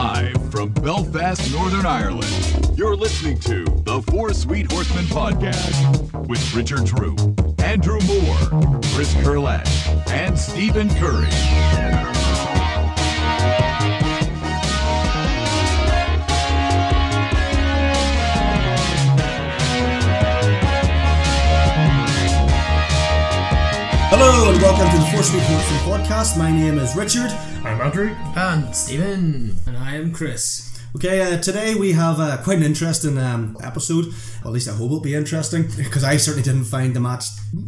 of Belfast, Northern Ireland. You're listening to the Four Sweet Horsemen podcast with Richard Drew, Andrew Moore, Chris Curlett, and Stephen Curry. Hello and welcome to the Four Sweet Horsemen podcast. My name is Richard. I'm Andrew. And Stephen. And I am Chris. Okay, uh, today we have uh, quite an interesting um, episode. Well, at least I hope it'll be interesting because I certainly didn't find the match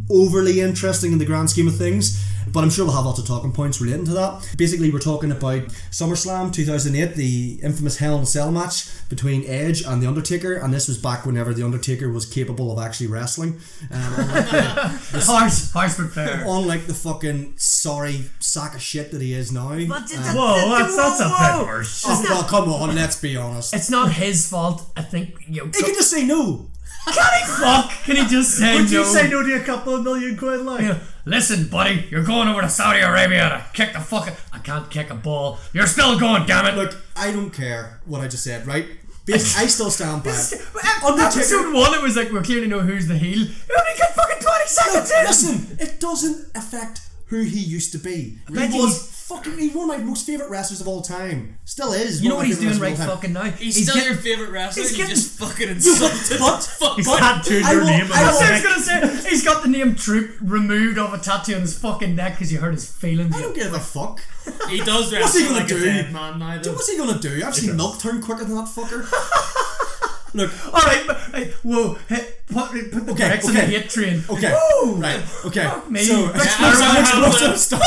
overly interesting in the grand scheme of things. But I'm sure we'll have lots of talking points relating to that. Basically, we're talking about SummerSlam 2008, the infamous Hell in a Cell match between Edge and The Undertaker. And this was back whenever The Undertaker was capable of actually wrestling. Um, unlike, the, Horse, horse prepare. unlike the fucking sorry sack of shit that he is now. But did Uh, Um, that- Whoa, that's, that's a whoa, bit whoa. harsh. Oh, well, come on, let's be honest. It's not his fault. I think you know, He can just say no. fuck. Can he just say Would no? you say no to a couple of million quid like? Yeah, Listen, buddy, you're going over to Saudi Arabia to kick the fucking. I can't kick a ball. You're still going, damn it. Look, I don't care what I just said, right? Because I still stand by it. Undertaker- Episode one, it was like we clearly know who's the heel. You only get fucking twenty Look, seconds in. listen, it doesn't affect who he used to be. He Reggie's- was fucking he's one of my most favourite wrestlers of all time. Still is. You know one what of my he's doing favourite right wrestlers of all time. fucking now? He's, still your favorite wrestler. he's you getting- just fucking insulted. But- Fuck. He's tattooed I your will- name on I his will- I was neck. gonna say he's got the name Troop removed off a tattoo on his fucking neck because you hurt his feelings. I don't give a fuck. He does wrestle he gonna like do? a dead man now. Do- Though. What's he gonna do? I've seen milk turn quicker than that fucker. Look, All right, but, hey, whoa, hey, put, put the Okay, brakes on the okay. hate train. okay, Woo! right, okay. Fuck me. So, That's not explosive, how it explosive works. start.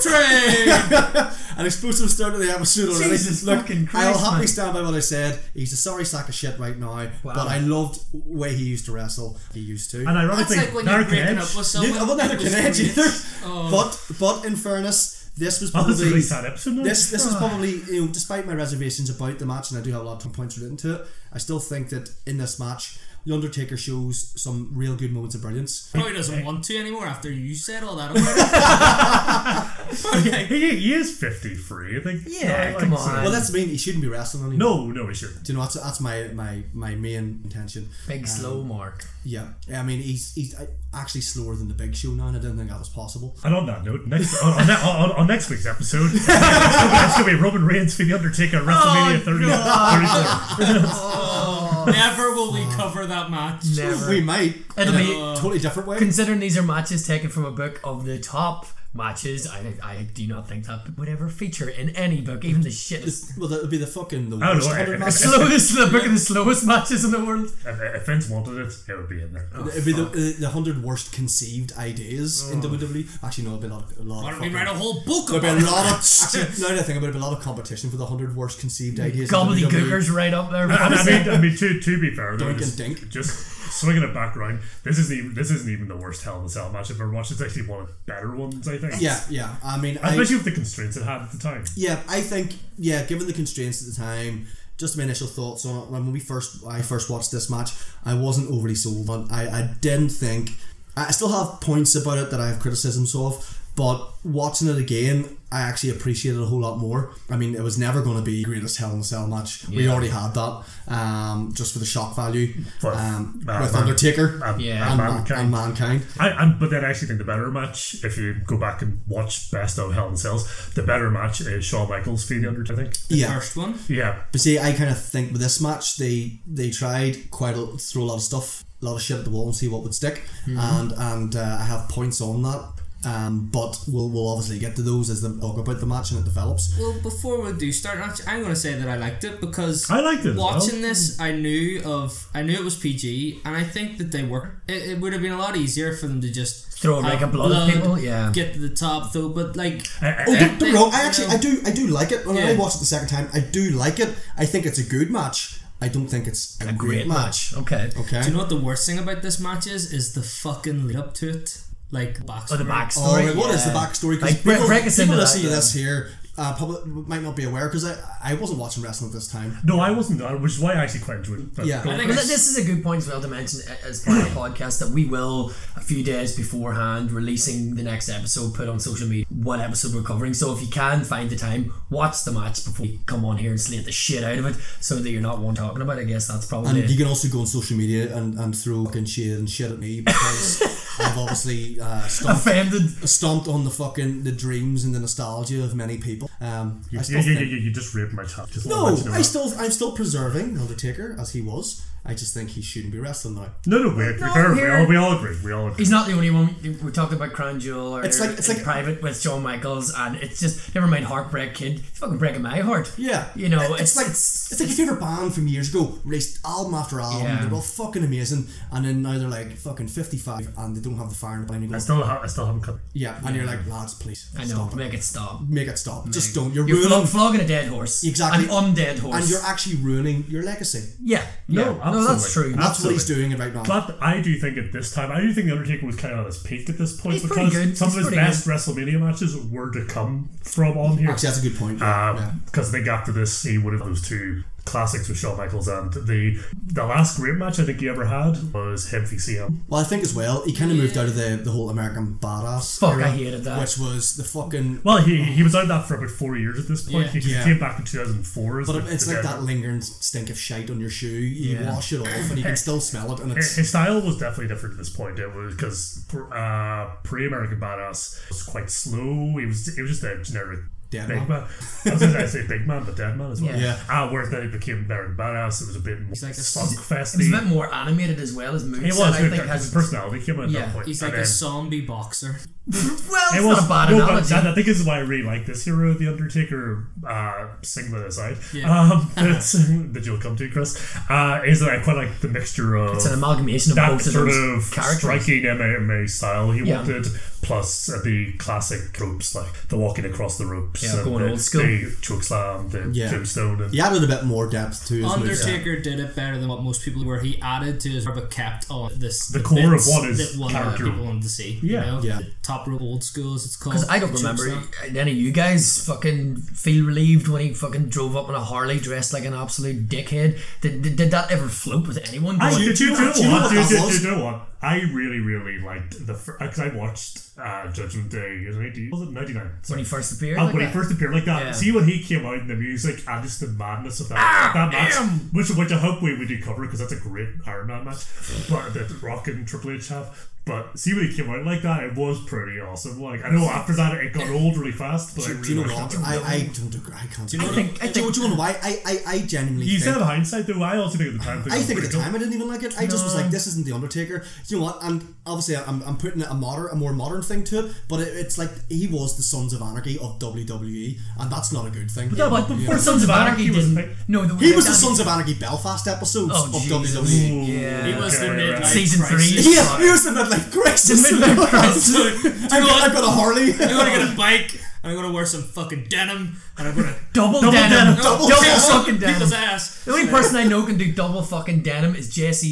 Train. An explosive start to the episode already. Jesus Look, fucking Christ, I'll happily man. stand by what I said. He's a sorry sack of shit right now, but I loved way he used to wrestle. He used to. And That's ironically, like when you're Narcan breaking Edge- up with You- someone. I wasn't It was Edge great. either. Oh. But but in fairness, this was Oh, that's a probably really sad episode, man. this this was probably you know, despite my reservations about the match, and I do have a lot of points written to it. I still think that in this match, the Undertaker shows some real good moments of brilliance. Probably doesn't want to anymore after you said all that. About it. okay. He, he is 53, I think. Yeah, Like, come so- on. Well, that's mean he shouldn't be wrestling anymore. No, no, he shouldn't. Do you know that's that's my my my main intention. Big slow mark. Yeah, I mean he's he's uh, actually slower than the Big Show now, and I didn't think that was possible. And on that note, next on, on, ne- on, on next week's episode, it's going to be Roman Reigns for The Undertaker Oh, at WrestleMania 30. 34. Never will we cover that match. Never. We might It'll in a be- totally different way. Considering these are matches taken from a book of the top matches, I, I do not think that would ever feature in any book, even the shittest. well, that'll be the fucking the don't worst know, I- hundred I- matches. slowest, the book of the slowest matches in the world. If, uh, if Vince wanted it, it would be in there. It'd be the, uh, the, the hundred worst conceived ideas in WWE. Actually, no, it'd be a lot, a lot Why of. don't fucking- we write a whole book There'd about be a lot of. it? Actually, now that I think about it, there'd be a lot of competition for the hundred worst conceived ideas. in E. WWE. Gobbledygookers right up there. And E. I mean, I mean, to, to be fair, though, Dunk and just, dink. just swinging it back round, this isn't even this isn't even the worst Hell in a Cell match I've ever watched. It's actually one of the better ones, I think. Yeah, yeah. I mean, I, especially with the constraints it had at the time. yeah, I think yeah. Given the constraints at the time, just my initial thoughts on it. When we first, I first watched this match, I wasn't overly sold on. I, I didn't think. I I still have points about it that I have criticisms of, but watching it again, I actually appreciate it a whole lot more. I mean, it was never going to be greatest Hell in a Cell match. We already had that, um, just for the shock value For- um, uh, with Man- Undertaker And, Yeah. and, and Ma- mankind. and Mankind. I, and, but then I actually think the better match, if you go back and watch Best of Hell in Cells, the better match is Shawn Michaels for the Undertaker. I think. Yeah, First one. Yeah, But see, I kind of think with this match, they they tried quite a throw a lot of stuff, a lot of shit at the wall, and see what would stick. And and uh, I have points on that. Um, but we'll, we'll obviously get to those as they talk about the match and it develops. Well, before we do start, actually, I'm going to say that I liked it because I liked it as well. Watching this, I knew of, I knew it was PG, and I think that they were. It, it would have been a lot easier for them to just Throw a have rag of blood at people, yeah. get to the top though. But like, I- I- Oh, don't, I- don't get me wrong. I actually I do I do like it. When I Yeah. watched it the second time, I do like it. I think it's a good match. I don't think it's a, great, match. Okay. Okay. do you know what the worst thing about this match is? Is the fucking lead up to it, like backstory. Oh, the backstory. All right, what is the yeah. backstory? Because uh, Like, break, break us people into that. listening to this here uh, public might not be aware because I, I wasn't watching wrestling at this time. No, I wasn't, uh, which is why I actually quite enjoyed it. But Yeah. go I on. think that this is a good point as well to mention as part of the podcast that we will a few days beforehand releasing the next episode put on social media what episode we're covering. So if you can find the time, watch the match before you come on here and slate the shit out of it, so that you're not one talking about. it. I guess And that's probably you can also go on social media and, and throw and shit and shit at me because I've obviously uh, stomped, offended. stomped on the fucking the dreams and the nostalgia of many people. Um, I yeah, still yeah, yeah, think- yeah, you just raped my top. Just No, let you know I that. still I'm still preserving Undertaker as he was. I just think he shouldn't be wrestling now. No, no, wait. No, fair, we, here- all, we all agree. We all agree. He's not the only one. We talked about Crown Jewel or It's like- it's in like- private with Shawn Michaels, and it's just never mind Heartbreak Kid. It's fucking breaking my heart. Yeah, you know, it's, like it's, like your favorite band from years ago released album after album. Yeah. They were all fucking amazing, and then now they're like fucking fifty five, and they don't have the fire in the plane. I still, ha- I still haven't cut. Yeah, and you're like lads, please I know. stop it. Make it stop. Make it stop. Just don't. You're, You're flog- ruining, flogging a dead horse. Exactly. An undead horse. and you're actually ruining your legacy. Yeah. No, yeah. no, that's absolutely. true. That's what he's doing it right now. But I do think at this time, I do think The Undertaker was kind of on his peak at this point He's pretty because good. some He's of his pretty best WrestleMania matches were to come from on here. Actually, that's a good point. Um, yeah. Because I think after this, he would have those two classics with Shawn Michaels and the the last great match I think he ever had was him v CM. Well, I think as well, he kind of moved out of the, the whole American badass, Fuck, era, I hated that. which was the fucking. Well, he he was out of that for about four years at this point. Yeah. he just Yeah. came back in 2004. as But the- it's the like guy- that lingering stink of shite on your shoe. You Yeah. wash it off, and you can still smell it, and His it's his style was definitely different at this point. It was because uh, pre-American Badass was quite slow. He was it was just a generic Dead big man. man. I was going to say big man, but dead man as well. Yeah. Yeah. Ah, whereas then he became American Badass. It was a bit more like a- slunk It was festy. a bit more animated as well as moves. He was. I good, think his has personality came out at Yeah, that point. He's like a And then- zombie boxer. well, it's It was not a bad no, but analogy. that- I think this is why I really like this hero, the Undertaker. Uh, singlet aside, um, that's, that you'll come to, Chris. Uh, is that I quite like the mixture of it's an amalgamation of that both of sort those of characters. striking MMA style he Yeah. wanted, plus uh, the classic ropes like the walking across the ropes, Yeah, and going the, old school. the choke slam, the Yeah. tombstone, and he added a bit more depth to his moves. Undertaker did it better than what most people were. He added to his but kept on this The core of bits what is that what character. people wanted to see. Yeah. you know? Yeah. The top rope old school as it's called. 'Cause I don't The remember tombstone. any of you guys fucking feel relieved when he fucking drove up on a Harley dressed like an absolute dickhead. Did, did, did that ever float with anyone? I Going, do, do, you know do you know what? what Do you- that do you- was? do you know what? I really, really liked the because I watched uh, Judgment Day. in 90 Was it ninety nine? when he first appeared? Oh, like when he that? first appeared like that, Yeah. Ah, see when he came out in the music and just the madness of that, that match, damn. which which I hope we, we do cover because that's a great Iron Man match, but that Rock and Triple H have. But see when he came out like that, it was pretty awesome. Like I know after that it got old really fast, but I Do really you know liked what? that. I, I don't agree. I can't. Do I think, I do, you- think do you know why? I, I, I genuinely You said think. of hindsight though, I also think at the time I think at the pretty time I didn't even like it. I just was No. like, this isn't the Undertaker. Do you know what? And obviously, I'm, I'm putting a modern, a more modern thing to it. But it, it's like he was the Sons of Anarchy of WWE, and that's not a good thing. no, but Yeah. before Sons of Anarchy was a didn't. thing. No, the, he was the that- Sons of Anarchy Belfast episodes Oh, of E. Jesus. WWE. cool. Yeah. He was the Okay, midlife right. season Crisis. three. Yeah, here's the midlife crisis. The midlife crisis. I've, got, I've got a Harley. I'm gonna get a bike. I'm gonna wear some fucking denim, and I'm gonna Double, denim, double, denim. fucking kick denim. uh, his ass. The only person I know can do double fucking denim is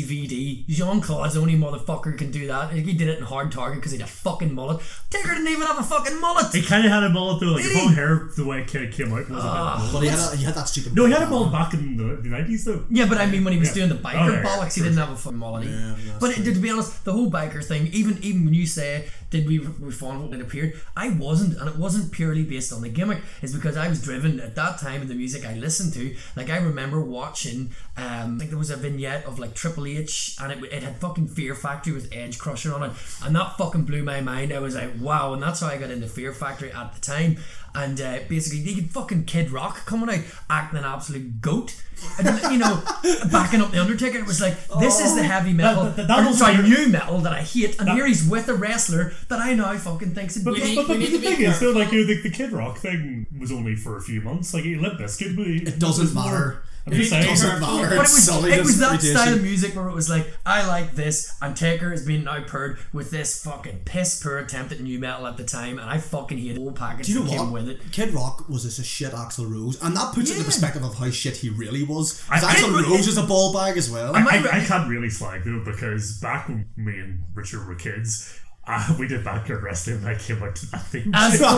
JCVD. Jean Claude's the only motherfucker can do that. He did it in Hard Target because he had a fucking mullet. Taker didn't even have a fucking mullet. He kind of had a mullet though, like Did his he? Ah, whole hair, the way it kind of came out was a bit. But he had, a, he had that stupid. No, he had a mullet back in the nineties though. Yeah, but I mean, when he was Yeah. doing the biker Oh, yeah, bollocks, he didn't have a fucking mullet. either. but it, to be honest, the whole biker thing, even even when you say, did we reform it when it appeared? I wasn't, and it wasn't purely based on the gimmick. It's because I was driven at that time in the music I listened to. Like, I remember watching, um, I think there was a vignette of like Triple H, and it, it had fucking Fear Factory with Edge Crusher on it, and that fucking blew my mind. I was like, wow, and that's how I got into Fear Factory at the time. And uh, basically, they could fucking Kid Rock coming out acting an absolute goat, and you know, backing up the Undertaker. It was like this is the heavy metal, Oh. that- that or, was sorry, your- new metal that I hate, and here he's with a wrestler that I now fucking thinks a But, dick. but, but, we need the to be thing is, though, like you know, the, the Kid Rock thing was only for a few months. Like, Limp Bizkit, but it doesn't was more- matter. I'm just It saying. doesn't matter. But it was, Sully it was doesn't that produce style it. of music where it was like, I like this, and Taker is being now paired with this fucking piss poor attempt at new metal at the time, and I fucking hated the whole package Do you know that came what? with it. Kid Rock was just a shit Axl Rose, and that puts it in Yeah. the perspective of how shit he really was. I- Because Axl I- Rose is a ball bag as well. I, I can't really slag though because back when me and Richard were kids, Uh, we did backyard wrestling and I came out to nothing. As well.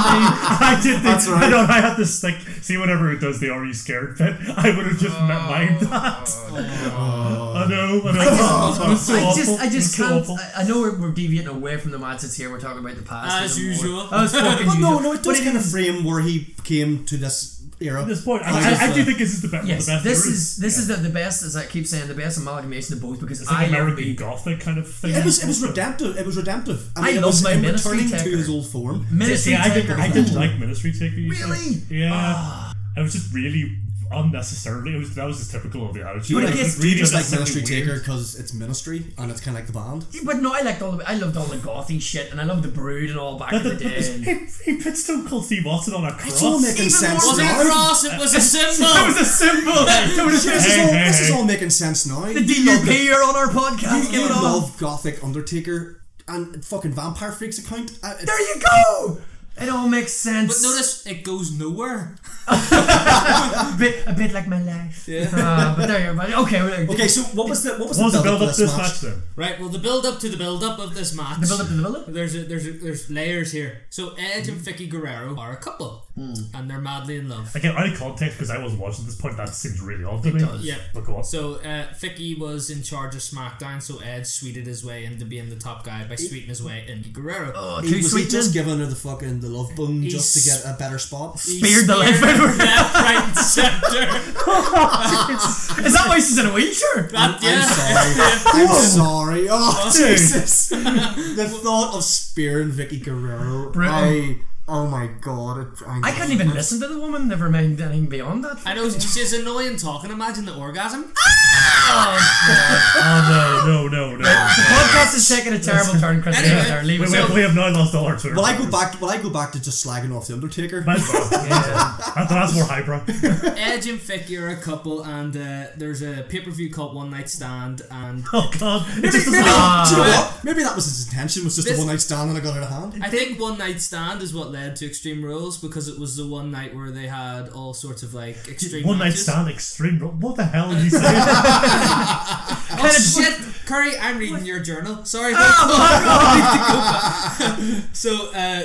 I did That's the, right. I know I had this like see whenever it does the are you scared bit, I would have just not mind that. I know, I know. I was so I awful. just, I It was just so can't. awful. I, I know we're, we're deviating away from the matches here. We're talking about the past. As even more. usual. As fucking But usual. no, no, it But does kind of frame where he came to this era. At this point, I I, I, just, I do uh, think this is the best. Yes, the best this there is this is the, the best. As I keep saying, the best amalgamation of both because It's I like love American me. gothic kind of thing. It was it was redemptive. It was redemptive. I, I mean, it love was my him Ministry returning Taker. to his old form. Ministry Yeah, I did. Taker. I did like Ministry Taker. you said. Really? Yeah. It was just really unnecessarily. It was that was just typical of the attitude. But I It was guess really you Just like unnecessarily Ministry Taker weird. because it's Ministry and it's kind of like the band. But no, I liked all the I loved all the gothy shit and I loved the brood and all back in the That- day. that- and- He, he put Stone Cold Steve Austin on a cross. It's all making Even sense more Was it now. a cross? It was a That was symbol. a symbol. This is Hey, all hey, this is hey. all making sense now. the DUP are on our podcast. Give You it all. love Gothic Undertaker and fucking Vampire Freaks account. Uh, I, There you go. It all makes sense. But notice it goes nowhere. a bit, a bit like my life. Yeah. but there you go. buddy. Okay. we're- okay, so what was the what was What was the the build build-up up to this match then? Right. Well, the build up to the build up of this match. The build up to the build up. There's a, there's a, there's layers here. So Edge and Vicky Guerrero are a couple, Hmm. and they're madly in love. Again, out of context because I wasn't watching this point. That seems really odd to me. does. Yeah. But go on. So uh, Vicky was in charge of SmackDown, so Edge sweeted his way into being the top guy by sweeting his way into Guerrero. Oh, He, too was he sweet. just Just giving her the fucking the love bone just to He's- get a better spot? He speared the life out of her. left, right, and center. Is that why she's in a wheelchair? That, I'm sorry. yeah. I'm sorry. Oh, Dude. Jesus. The thought of spearing Vicky Guerrero. Bro. I, oh my god. It, I, I couldn't even listen to the woman. Never mind anything beyond that. I know she's annoying talking. Imagine the orgasm. Oh no, no, no, no. Podcast is taking a terrible turn, Chris. Anyway, There, leave we, us we, alone. we have now lost all our Twitter. Will I go back? Will I go back to just slagging off the Undertaker? Might as well. That- That's more highbrow. Edge and Vicky are a couple, and uh, there's a pay per view called One Night Stand, and Oh god, it Maybe, just maybe, doesn't. do you know what? Maybe that was his intention. Was just a This- one night stand and I got it out of hand. I think One Night Stand is what led to Extreme Rules because it was the one night where they had all sorts of like extreme One night matches. stand, extreme. ro- What the hell are you saying? Oh shit, Curry! I'm reading your journal. Sorry. Oh, folks. so, uh,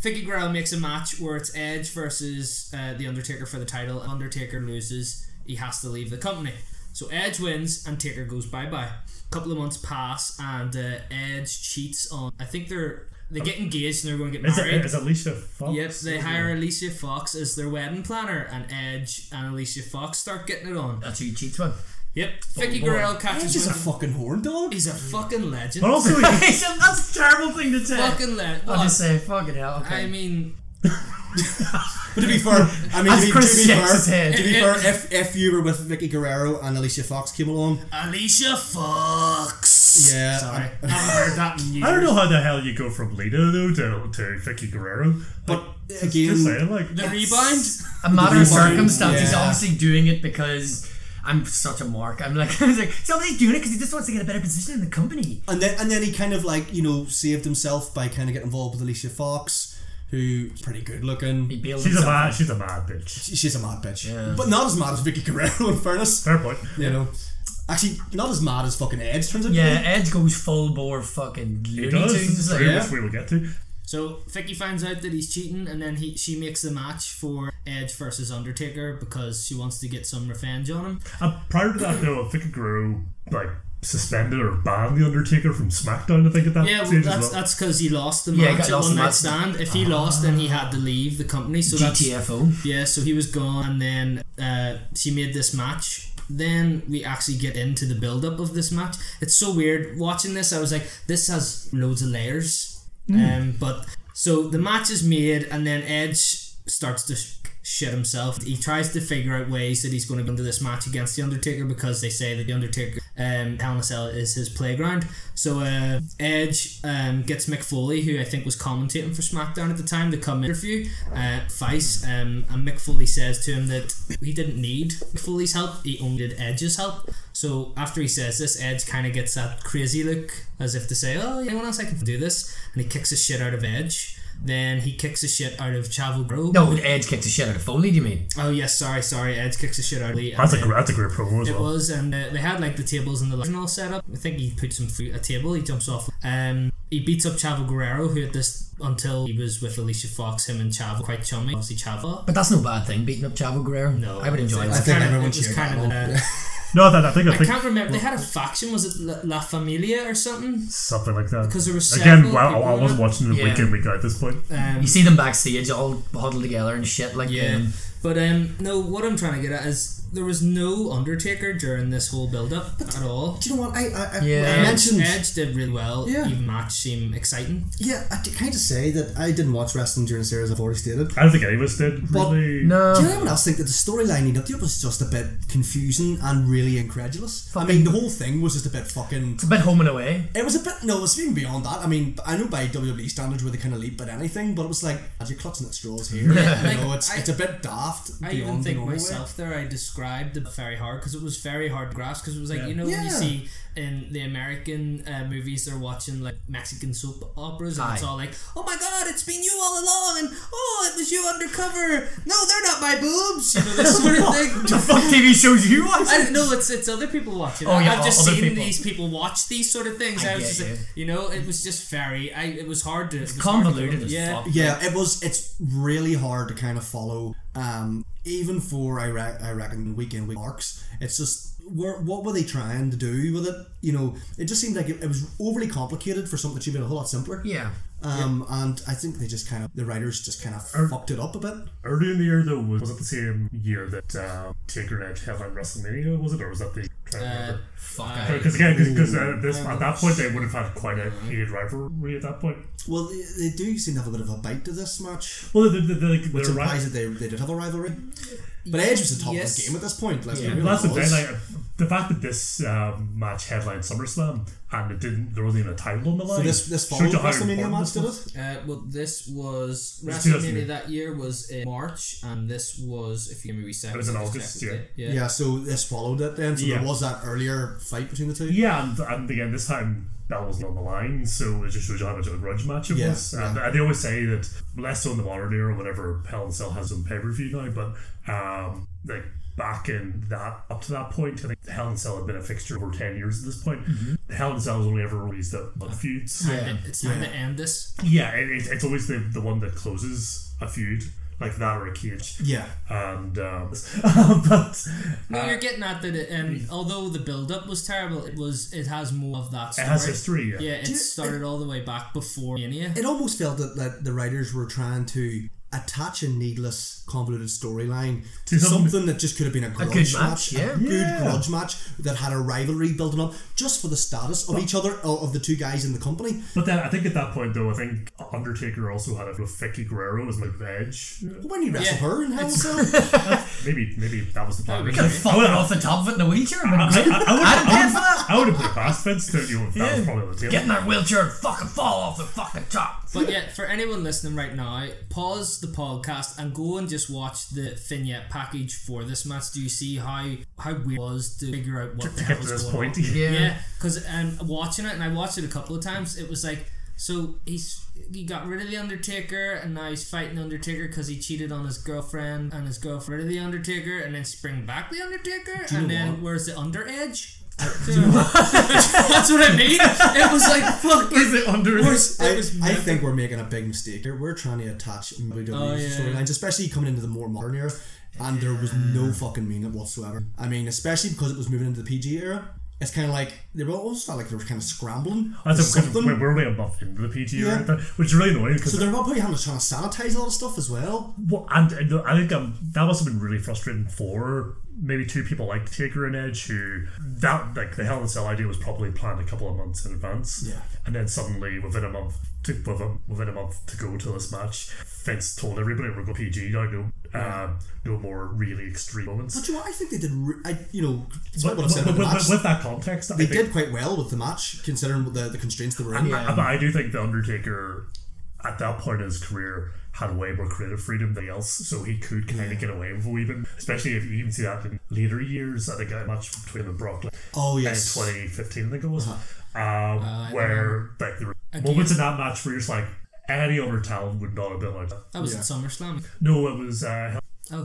Vicky Guerrero makes a match where it's Edge versus uh, the Undertaker for the title. Undertaker loses. He has to leave the company. So Edge wins and Taker goes bye bye. A couple of months pass and uh, Edge cheats on. I think they're they get engaged and they're going to get Is married. it is Alicia Fox? Yep, they hire Alicia Fox as their wedding planner, and Edge and Alicia Fox start getting it on. That's who you cheats with. Yep, Oh, Vicky Guerrero He's catches just a wind. fucking horn dog. He's a fucking legend. But also, he- That's a terrible thing to say. fucking legend. I'll just say, fucking hell. Okay. I mean, But to be fair, I mean, As to be, to Chris be shakes his fair, head. to be fair, if if you were with Vicky Guerrero and Alicia Fox came along, Alicia Fox. yeah, Sorry, I- I haven't heard that in years. I don't know how the hell you go from Lita though to to Vicky Guerrero. Like, But just again, saying, like The rebound. a matter of Reason, circumstance. He's yeah. obviously doing it because I'm such a mark. I'm like, I was like somebody's doing it because he just wants to get a better position in the company. And then and then he kind of like you know saved himself by kind of getting involved with Alicia Fox, who's pretty good He looking. bailed she's a himself. mad, she's a mad bitch. She's a mad bitch, but not as mad as Vicky Guerrero. In fairness, Fair point. you know, actually not as mad as fucking Edge turns out. to Yeah, be. Edge goes full bore fucking Looney It does. It's Tunes. Like, true, yeah. which we will get to. So Vicky finds out that he's cheating, and then he she makes the match for Edge versus Undertaker because she wants to get some revenge on him. Uh, prior to that, though, Vicky Guerrero like suspended or banned the Undertaker from SmackDown. I think at that Yeah, well, stage that's as well. that's because he lost the Yeah, he match got at lost one the night match. stand. If he lost, then he had to leave the company. So that's GTFO. Yeah, so he was gone, and then uh, she made this match. Then we actually get into the build up of this match. It's so weird watching this. I was like, this has loads of layers. Um, but so the match is made, and then Edge starts to sh- shit himself. He tries to figure out ways that he's going to go into this match against the Undertaker because they say that the Undertaker um, Hell in a Cell is his playground. So uh, Edge um, gets Mick Foley, who I think was commentating for SmackDown at the time, to come interview uh, Vice, um, and Mick Foley says to him that he didn't need Mick Foley's help; he only did Edge's help. So after he says this, Edge kind of gets that crazy look, as if to say, "Oh, anyone else I can do this," and he kicks his shit out of Edge. Then he kicks the shit out of Chavo Bro. No, Edge kicked the shit out of Foley. Do you mean? Oh yes, sorry, sorry. Edge kicks the shit out of Lee. and That's a, then- great, that's a great promo as It well. was, and uh, they had like the tables and the lights and all set up. I think he puts him through a table. He jumps off. Um, he beats up Chavo Guerrero, who at this until he was with Alicia Fox, him and Chavo quite chummy. Obviously, Chavo. But that's no bad thing. Beating up Chavo Guerrero. No, I would enjoy it's- that. it's think kinda- everyone it was cheered kind that of. one. uh, No, that, I think I I think can't remember. They had a faction. Was it La, La Familia or something? something like that. 'Cause there were again, several wow, I people wasn't in it. watching it week Yeah. in week out at this point. Um, You see them backstage all huddled together and shit like Yeah, um, but um, no. What I'm trying to get at is there was no Undertaker during this whole build-up at all. Do you know what? I, I, I, Yeah. I mentioned. Edge did really well. Yeah. even match seemed exciting. Yeah, I kind of say that I didn't watch wrestling during the series, I've already stated. Uh. I don't think any of us did. But- Really, No. Do you know anyone else think that the storyline leading up to it was just a bit confusing and really incredulous? I mean, the whole thing was just a bit fucking. It's a bit home and away. It was a bit. No, it's even beyond that. I mean, I know by WWE standards where they kind of leap at anything, but it was like, as you're clutching at straws here, Yeah, you know, like, it's, I- it's a bit daft. I beyond even the think normal way. myself there. I described the very hard because it was very hard to grasp. Because it was like Yeah. you know when you Yeah. see in the American uh, movies they're watching like Mexican soap operas and it's Aye. all like, oh my god, it's been you all along, and oh it was you undercover. No, they're not my boobs. You know this sort of thing. the fuck TV shows you watch? I don't know. It's it's other people watching. Oh, yeah, I've just other seen people. these people watch these sort of things. I I, was get just, you. like, you know, it was just very. I it was hard to. It's Convoluted as yeah. fuck. Yeah, it was. It's really hard to kind of follow. Um, even for I, re- I reckon weekend week arcs, it's just were, what were they trying to do with it? You know, it just seemed like it, it was overly complicated for something that should have been a whole lot simpler. Yeah. Um, and I think they just kind of the writers just kind of fucked it up a bit. earlier in the year though was, was it the same year that uh, Taker and Edge held on WrestleMania? Was it or was that the? Trying to remember. Fuck. Uh, I- Because again, because uh, this at that point they would have had quite a heated rivalry at that point. Well, they, they do seem to have a bit of a bite to this match, Well, the, the, the, like, which their ri- implies that they, they did have a rivalry. But Edge was the top of Yes. his game at this point. Let's be Yeah. real. Well, that's the it was. thing. Like, the fact that this um, match headlined SummerSlam and it didn't, there wasn't even a title on the line. so this this shows followed you how WrestleMania important match, this did was. it? Uh, well, this was It's 2000. WrestleMania that year was in March, and this was if you give me a wee second. It was in I'll August, check the yeah. date. Yeah. so this followed it then. So Yeah. there was that earlier fight between the two. Yeah, and, and again, this time that wasn't on the line, so it just shows you how much of a grudge match it Yeah, was. And, and they always say that, less so in the modern era, whenever Hell in a Cell has some pay per view now, but um, like back in that, up to that point, I think Hell in a Cell had been a fixture over 10 years at this point. Mm-hmm. Hell in a Cell was only ever released at month feuds. Time to- It's time to end this. Yeah, it, it, it's always the, the one that closes a feud, like that or a cage. Yeah. And, um, but No, you're getting at that. It, um, although the build-up was terrible, it was it has more of that it story. has history, yeah. Yeah, it started all the way back before Mania. It almost felt that, that the writers were trying to attach a needless, convoluted storyline to something- something, that just could have been a grudge good match, match, yeah. a good Yeah. grudge match that had a rivalry building up just for the status of each other, or of the two guys in the company. But then I think at that point though, I think Undertaker also had a with Vicky Guerrero as my veg. When you wrestle Yeah. her in Hell in a Cell, Maybe maybe that was the plan. would be Could have great. fallen off the top of it in a wheelchair. and been I, I, I, would, great. I, Pay for that. would, I would have put it past Vince that you know, that was probably on the table. Get in that wheelchair and fucking fall off the fucking top. But yeah, for anyone listening right now, pause the podcast and go and just watch the vignette package for this match. Do you see how how weird it was to figure out what the to hell get to was this going point. on? Yeah. Yeah, because um, watching it and I watched it a couple of times. It was like so he's he got rid of the Undertaker and now he's fighting the Undertaker because he cheated on his girlfriend and his girlfriend rid of the Undertaker and then spring back the Undertaker and then where's the Under Edge? Uh, So- that's what I mean. It was like fuck. Where's the Under Edge? Where's- I, It was I think we're making a big mistake here. We're trying to attach WWE's Oh, yeah. storylines, especially coming into the more modern era, and there was no fucking meaning whatsoever. I mean, especially because it was moving into the PG era. It's kind of like they were almost felt like they were kind of scrambling. That's for a, because something. we're we're only a month into the PG Yeah. or anything, which is really annoying because So they're probably having to try to sanitize a lot of stuff as well. Well, and, and I think um, that must have been really frustrating for maybe two people like Taker and Edge, who that like the Hell in a Cell idea was probably planned a couple of months in advance. Yeah. and then suddenly within a month, to, within, within a month to go to this match, Vince told everybody we're going PG now. No, um, no more really extreme moments. But you know, what? I think they did. Re- I, you know, But- despite what I've but- said about but- the but- match, with that context, I they think, did quite well with the match considering what the, the constraints they were in. I, Uh, but I do think the Undertaker, at that point in his career. Had way more creative freedom than else, so he could kind of get away with it, even especially if you even see that in later years. I think a match between him and Brock Oh in yes, 2015, I think it was, um, where like there were moments in that match where you're just like, Any other talent would not have been like that. That was at SummerSlam. No, it was. Uh, Oh,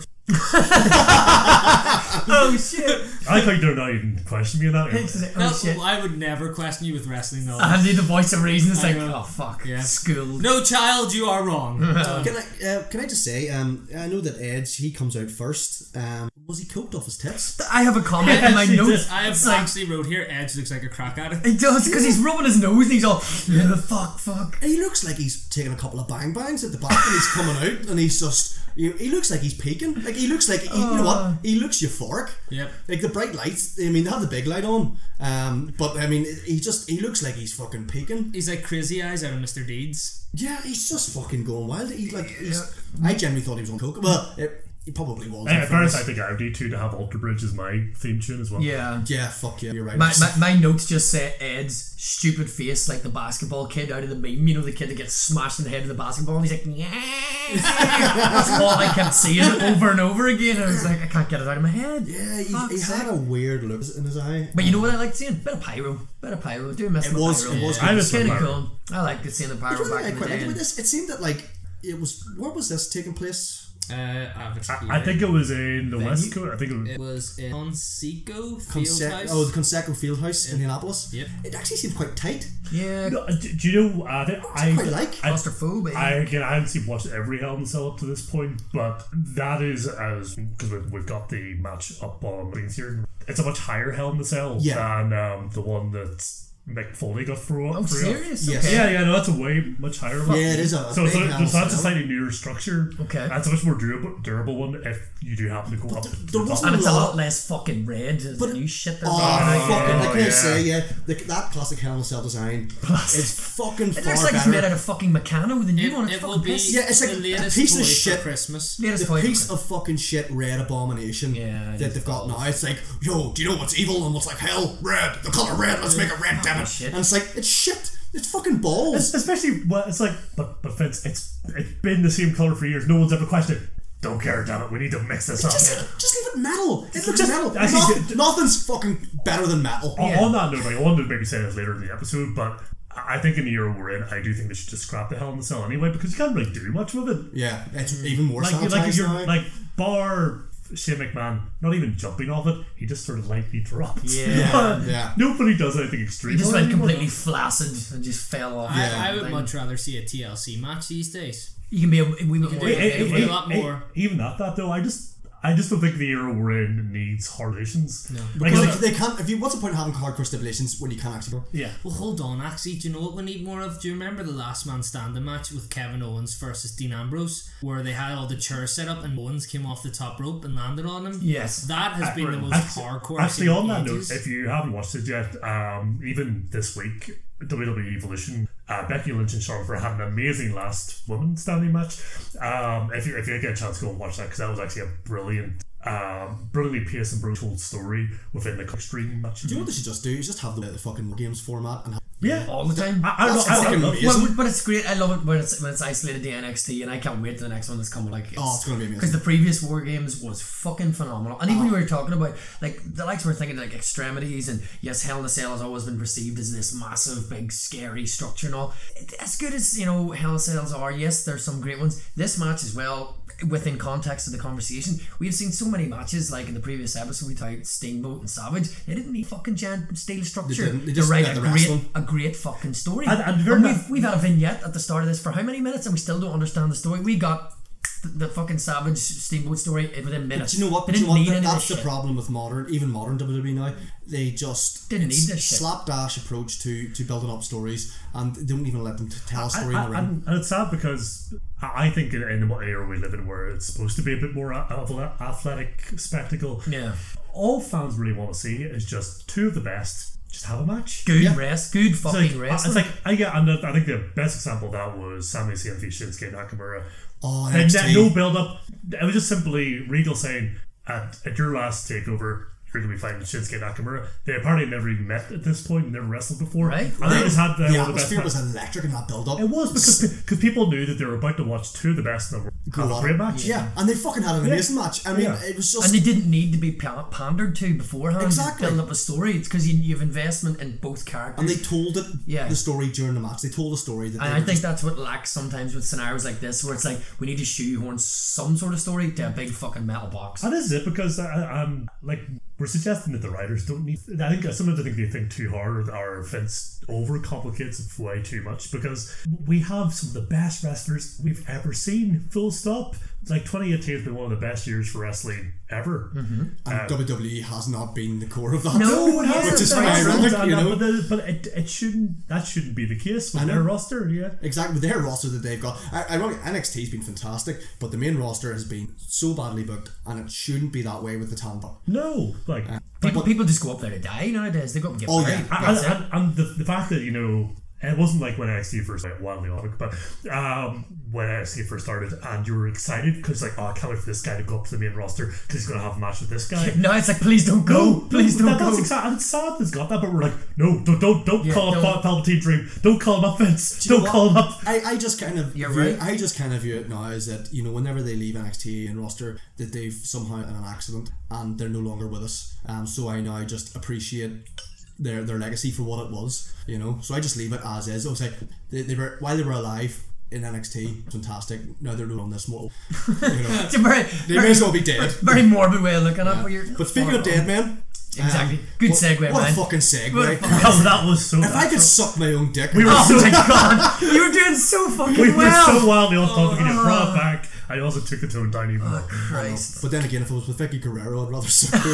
Oh shit! I think they're not even questioning me on that. oh shit! Uh-huh. I would never question you with wrestling knowledge. I need the voice of reason. It's I like, know. oh fuck, Yeah. school. no, child, you are wrong. Can I uh, can I just say? Um, I know that Edge he comes out first. Um, was he coked off his tits? I have a comment in my Yes, he notes. I have It's like, actually wrote here. Edge looks like a crack addict. he does because he's rubbing his nose and he's all, "Yeah, fuck, fuck. He looks like he's taking a couple of bang bangs at the back, and he's coming out, and he's just. He, he looks like he's peaking. Like he looks like he, you know what? He looks euphoric. Yep. Like the bright lights. I mean, they have the big light on. Um, but I mean, he just he looks like he's fucking peaking. He's like crazy eyes out of Mr. Deeds. Yeah, he's just fucking going wild. He like he's. I genuinely thought he was on coke. Well, it, he probably was. And in at first, I fairness. think I would do too to have Alter Bridge as my theme tune as well. Yeah. Yeah, fuck yeah, you're right. My, my, my notes just say Ed's stupid face, like the basketball kid out of the meme. You know, the kid that gets smashed in the head with the basketball, and he's like, yeah. That's all I kept seeing over and over again. And I was like, I can't get it out of my head. yeah, he, Fuck's he had sake. a weird look in his eye. But you know what I liked seeing? Bit of pyro. Bit of pyro. Do miss It the was- pyro. it was I good. was It's kind of like, cool. I liked it, seeing the pyro Really, back I in the quite liked day. it, but and- this. It seemed that like it was. Where was this taking place? Uh, I've excluded. I think it was in the West Coast. I think it was. it was in Conseco Conse- Fieldhouse. oh, the Conseco Fieldhouse, in Indianapolis. Yep. It actually seemed quite tight. Yeah, No, do, do you know? I think I quite like. I, claustrophobic. I again, I haven't seen watched every Hell in a Cell up to this point, but that is as because we've, we've got the match up on things here. It's a much higher Hell in a Cell Yeah. than um, the one that Mick Foley got through. oh, serious? Yes. Okay. Yeah, yeah, no, that's a way much higher one. Yeah, it is a so it's, big a, Hell in a so that's a Cell. slightly newer structure. Okay. That's a much more durable, durable one if you do happen to go up. to there the wasn't And top. it's a lot less fucking red than But- the new shit that's Oh, on right now. fucking! I yeah. can I say, yeah, the, that classic Hell in a Cell design is fucking It far looks like it's better. made out of fucking Meccano, the new It, one. It's it will fucking be piss. Yeah, it's like the a latest piece of toy for shit. Christmas. Latest the point. piece of fucking shit red abomination Yeah, it that is they've got now. It's like, yo, do you know what's evil and what's like hell? Red, the color red. Let's make it red, damn it! shit. And it's like it's shit. It's fucking balls. Especially, well, it's like, but but Vince, it's it's been the same color for years. No one's ever questioned. Don't care, damn it. We need to mix this up. Just, just leave it metal. It looks Just- metal. I think Noth- that- nothing's fucking better than metal. On- On that note, I wanted to maybe say this later in the episode, but I I think in the year we're in, I do think they should just scrap the Hell in the Cell anyway because you can't really do much with it. Yeah, it's even more Mm. Like, sanitized like you're now. like bar Shane McMahon, not even jumping off it, he just sort of lightly dropped. Yeah. Yeah. Nobody does anything He extreme. just on went anymore. completely flaccid and just fell off. I, I would Like, much rather see a TLC match these days. You can be a wee bit more. do Eh, eh, It would eh, be a eh, lot eh, more. Even at that though, I just I just don't think the era we're in needs hard issues. No. Like, Because uh, they, they can't. If you, what's the point of having hardcore stipulations when you can't actually? yeah. Well, hold on, actually, do you know what we need more of? Do you remember the Last Man Standing match with Kevin Owens versus Dean Ambrose, where they had all the chairs set up and Owens came off the top rope and landed on him? Yes. that has been the most Actually- hardcore. I've Actually, seen on that in note, ages. if you haven't watched it yet, um, even this week, WWE Evolution, uh, Becky Lynch and Charlotte Flair had an amazing last woman standing match. Um, if you if you get a chance, go and watch that because that was actually a brilliant, um, brilliantly paced and brutal story within the extreme match. Do you know what they should just do? Is just have the, the fucking War games format and have, yeah, All the time. I, I, That's I, I, I fucking love amazing. Well, but it's great. I love it when it's when it's isolated to NXT, and I can't wait to the next one that's coming. Like, Oh, it's gonna be amazing. Oh. Because the previous War Games was fucking phenomenal, and even we were talking about like the likes were thinking like extremities, and yes, Hell in a Cell has always been perceived as this massive, big, scary structure and all. It- As good as you know, Hell in a Cells are. Yes, there's some great ones. This match as well. Within context of the conversation, we've seen so many matches like in the previous episode we talked Steamboat and Savage. They didn't need fucking giant steel structure didn't. They to just write let a the great, wrestling- a great fucking story. And- and very And much- we've, we've had a vignette at the start of this for how many minutes and we still don't understand the story. We got the, the fucking Savage Steamboat story within minutes. Do you know what? They Do you didn't know what? need That- any of That's this the shit. problem with modern, even modern WWE now. They just Didn't it's need this shit. slapdash approach to to building up stories, and they don't even let them t- tell a story in the ring. and, and it's sad because I I think in, in the era we live in, where it's supposed to be a bit more a- athle- athletic spectacle, Yeah. all fans really want to see is just two of the best just have a match. Good rest, good fucking It's like, rest. it's like I get. And I think the best example of that was Sami Zayn v Shinsuke Nakamura. Oh, and that NXT. no build up. It was just simply Regal saying at, at your last takeover, you're going to be fighting Shinsuke Nakamura. They apparently never even met at this point, never wrestled before. Right. And they just had the, The one of the best atmosphere was matches. electric in that build up. It was because because people knew that they were about to watch two of the best in the world have a great match. Yeah, and they fucking had an amazing match. I mean, Yeah. it was just. And they didn't need to be pa- pandered to beforehand. Exactly. Build up a story. It's because you, you have investment in both characters. and they told it Yeah. the story during the match. They told the story that they And were I think just- that's what lacks sometimes with scenarios like this, where it's like we need to shoehorn some sort of story to a big fucking metal box. That is it because I, I'm like we're suggesting that the writers don't need. I think uh, sometimes I think they think too hard or, or Vince overcomplicates it way too much because we have some of the best wrestlers we've ever seen. Full stop. It's like 2018 has been one of the best years for wrestling ever. Um, and WWE has not been the core of that. No, it hasn't. which is That's ironic, uh, But you know. the- but it, it shouldn't. That shouldn't be the case with their roster. Yeah. Exactly, with their roster that they've got. I, ironically, NXT's been fantastic, but the main roster has been so badly booked, and it shouldn't be that way with the talent. bar. No. Like. People, people just go up there to die nowadays. They go up and get Oh, buried. yeah. and, and, and the, the fact that you know it wasn't like when NXT first went wildly off, but um, when NXT first started, and you were excited because like, oh, I can't wait for this guy to go up to the main roster because he's gonna have a match with this guy. No, it's like please don't go, please no, don't that, go. That's exciting. And it's sad that's got that, but we're like, no, don't, don't, don't Yeah, call him don't- Palpatine Dream. Don't call him up, Vince. you Do not know call him what? up. I, I just kind of You're view, right. I just kind of view it now as that you know whenever they leave NXT and roster that they've somehow in an accident and they're no longer with us. Um, so I now just appreciate their their legacy for what it was. You know, so I just leave it as is. I'll say they, they were while they were alive in NXT, fantastic. Now they're on this model. You know, It's a very, they may very, as well be dead. very morbid way of looking at it. But, you're, But speaking of dead men, um, Exactly. Good what- segue, What man. a fucking segue. What a fucking- Oh, that was so. if I could suck my own dick, we oh my god, you were doing so fucking we were well. so wildly off topic and you brought it back. I also took the tone down even more. Christ. But then again, if it was with Vicky Guerrero, I'd rather suck her.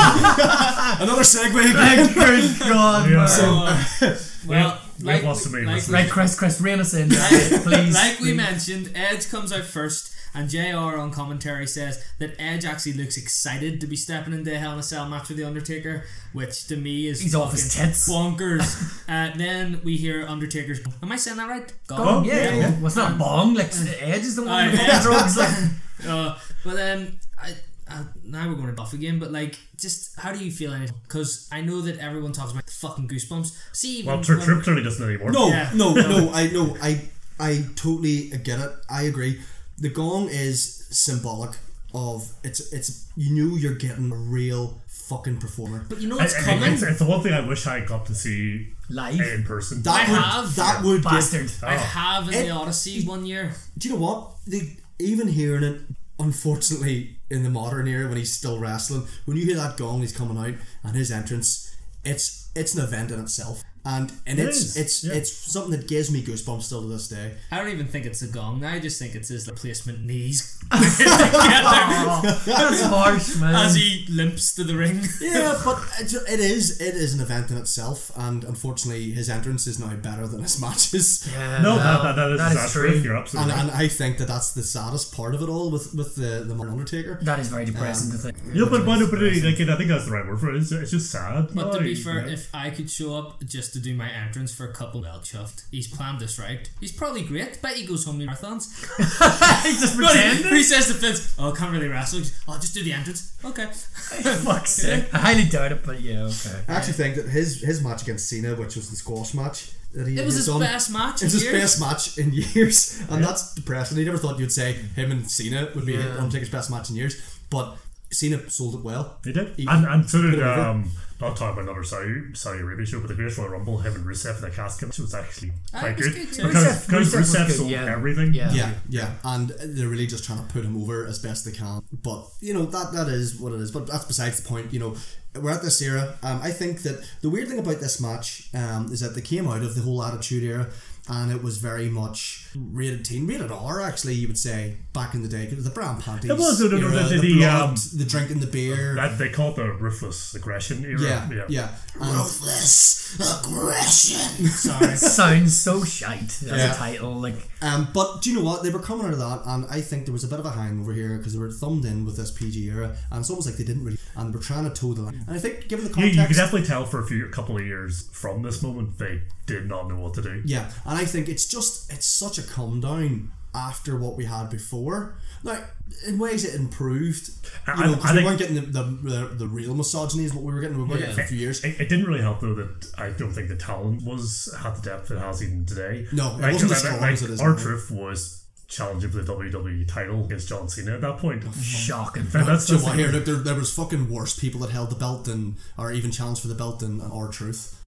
Oh, Another segue again. Good God, Yeah. man. So- Oh. Well, we like, have lots to be like, listening right, Chris, Chris, rein us in, please. like we please. mentioned, Edge comes out first, and JR on commentary says that Edge actually looks excited to be stepping into a Hell in a Cell match with The Undertaker, which to me is He's off his fucking tits. bonkers. uh, then we hear Undertaker's. Am I saying that right? Bong, Gone. Oh, yeah, yeah, yeah. Well, it's not bong. Like the edge is the one. Aye. with the drugs. Like Uh, but um, I, I, now we're going to buff again. But like, just how do you feel? Because I know that everyone talks about the fucking goosebumps. See, even Well, Trip when- Trip clearly doesn't anymore. No, Yeah. no, no. I no. I I totally get it. I agree. The gong is symbolic of it's it's you knew you're getting a real fucking performer. but you know I- it's I- coming. it's, it's the one thing I wish I got to see live in person. Oh. That I would have. that would give- bastard. I have in It- the Odyssey one year. do you know what? They, even hearing it, unfortunately, in the modern era when he's still wrestling, when you hear that gong, he's coming out and his entrance, it's it's an event in itself, and and it's is, it's yeah. it's something that gives me goosebumps still to this day. I don't even think it's a gong. I just think it's his replacement knees Oh, that's harsh, man. as he limps to the ring. Yeah, but it's, it is it is an event in itself, and unfortunately, his entrance is now better than his matches. Yeah, No, that, that, that is, that is disastrous. true. You're absolutely And, right. and I think that that's the saddest part of it all with with the the modern Undertaker. That is very depressing to think. Yeah, but, but, but like, I think that's the right word for it. It's, it's just sad. But to like, be fair, yeah. if I could show up just to do my entrance for a couple, well, chuffed. He's planned this right. He's probably great. Bet he goes home to marathons. He's just But he, pretending. he says to Vince, "Oh, I can't really wrestle. He's, Oh, just do the entrance." Okay. Fuck's sake. I highly doubt it, but yeah, okay. I actually think that his his match against Cena, which was the squash match that he It was he's his done, best It's match. in his years. best match in years, and that's depressing. You never thought you'd say him and Cena would be Yeah. Undertaker's best match in years, but Cena sold it well. They did. He- and, and so did, Good over. um, not talking about another Saudi, Saudi Arabia show, but the Greatest Royal Rumble, him and Rusev in the casket match was actually Ah, quite it was good. good too. because, Rusev- because Rusev was Rusev good, sold yeah. everything. Yeah. Yeah, yeah, and they're really just trying to put him over as best they can. But you know that that is what it is. But that's besides the point. You know, we're at this era. Um, I think that the weird thing about this match um, is that they came out of the whole Attitude era, and it was very much rated teen, rated R. Actually, you would say back in the day, 'cause the brown panties. It was, no, no, no, era, the- the, the, blood, um, the drinking the beer. That, they call it the ruthless aggression era. yeah, Um, yeah, And- Ruthless aggression. Sorry. Sounds so shite as Yeah. a title. Like, Um, but do you know what? They were coming out of that, and I think there was a bit of a hangover here because they were thumbed in with this PG era, and it's almost like they didn't really, and we're trying to toe the line. And I think, given the You, context, you could definitely tell for a few, a couple of years from this moment, they did not know what to do. yeah, and I think it's just it's such a calm down after what we had before. Now, in ways, it improved. You I- know, I because we think- weren't getting the, the, the, the real misogyny is what we were getting. We were getting for a few years. It, it didn't really help though that I don't think the talent was had the depth it has even today. No, it Like, wasn't as 'cause I- strong like, as it is Our now. truth was challenging for the WWE title against John Cena at that Oh, point. Shocking. And that's So just what, here, look, there, there was fucking worse people that held the belt than, or even challenged for the belt than, than our truth.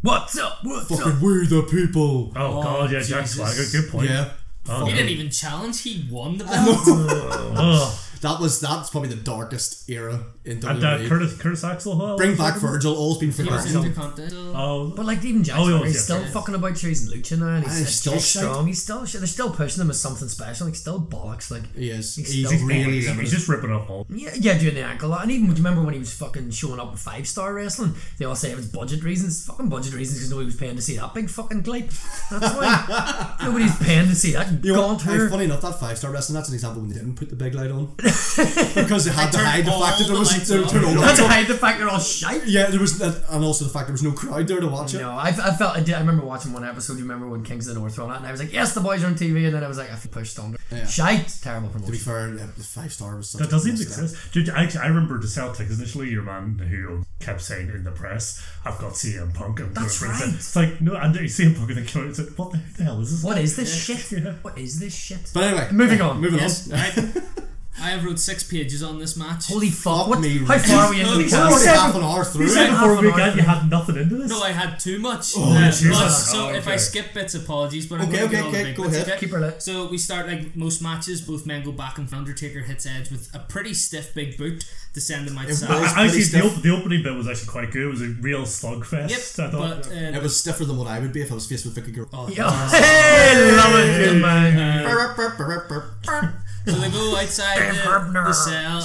What's up? What's up? Fucking we the people. Oh, Oh, god, yeah, Jack Jesus. Swagger, good point. Yeah. Oh, He no. didn't even challenge. He won the belt. Ugh. That was that's probably the darkest era in And uh, WWE. Curtis, Curtis Axel, huh? E. Bring back Virgil. All's been for he was Virgil. intercontinental. Oh, But like even Jack Oh, yeah, Swagger, he's yes, still yes. fucking about chasing Lucha now. And he's, And he's still still shite. strong. He's still shit. They're still pushing him as something special. He's still bollocks. Like He is. He's He's, still- really he's, limited. he's just ripping up all. yeah, yeah, doing the ankle. lot. And even do you remember when he was fucking showing up in five star wrestling? They all say it was budget reasons. Fucking budget reasons because nobody was paying to see that big fucking clip. That's why nobody's paying to see that You know, gaunt hey, hair. funny enough, that five star wrestling, that's an example when they didn't put the big light on. because they had to hide the all fact that there the was lights there on. turned all the That's lights on. why the fact they're all shite. Yeah, there was that, and also the fact there was no crowd there to watch it. No, I, I felt I did. I remember watching one episode. You remember when Kings of the North were on it, and I was like, "Yes, the boys are on TV," and then I was like, "I pushed on." Yeah. Shite, terrible To be promotion. fair, yeah, the five star was such That a doesn't even messed up. exist. Dude, I, I remember the Celtics initially, your man who kept saying in the press, I've got CM Punk. I'm That's gonna bring it." right. It's like, no, and then CM Punk and then came out and said, What the hell is this? What is this shit? What is this shit? But anyway, Moving on. Moving Yes, on. I, I have wrote six pages on this match. Holy fuck! Fuck What? me, how Rick. far are we into the We're already cast? half an hour through. Right half before an we hour. got, you had nothing into this. No, I had too much. Oh, Uh, Jesus. but- so Oh, if I okay. skip bits, apologies. But I'm Okay, gonna okay, do all the okay, big go bits, ahead. okay? Keep her lit. So we start like most matches. Both men go back and Undertaker hits Edge with a pretty stiff big boot to send him outside. was- I, bloody actually, the, stuff. op- the opening bit was actually quite good. It was a real slugfest. Yep, I thought. but uh, It was stiffer than what I would be if I was faced with Vicky Guerrero. Oh, Yo, hey, love it, good man. Burp, burp, burp, burp, burp. so they go outside the, Hebner. the cell.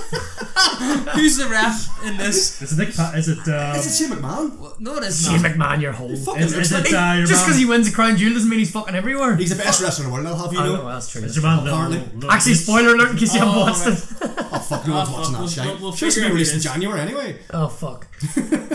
Who's the ref in this? is it Nick Pat? Is it. Um, Is it Shane McMahon? No, it is Shane not. McMahon, your whole. Fuck is, it, is looks it like- uh, your Just because man? he wins the crown jewel doesn't mean he's fucking everywhere. He's the best wrestler in the world, I'll have you I know. know, that's true. It's your man, Lil- Oh, Apparently. Lil- Actually, spoiler alert in case you haven't Oh, watched right. it. Oh fuck, no one's Oh, watching fuck, that we'll- shit. we'll- we'll Sure, it's gonna be figure out who released it in is. January anyway. Oh fuck.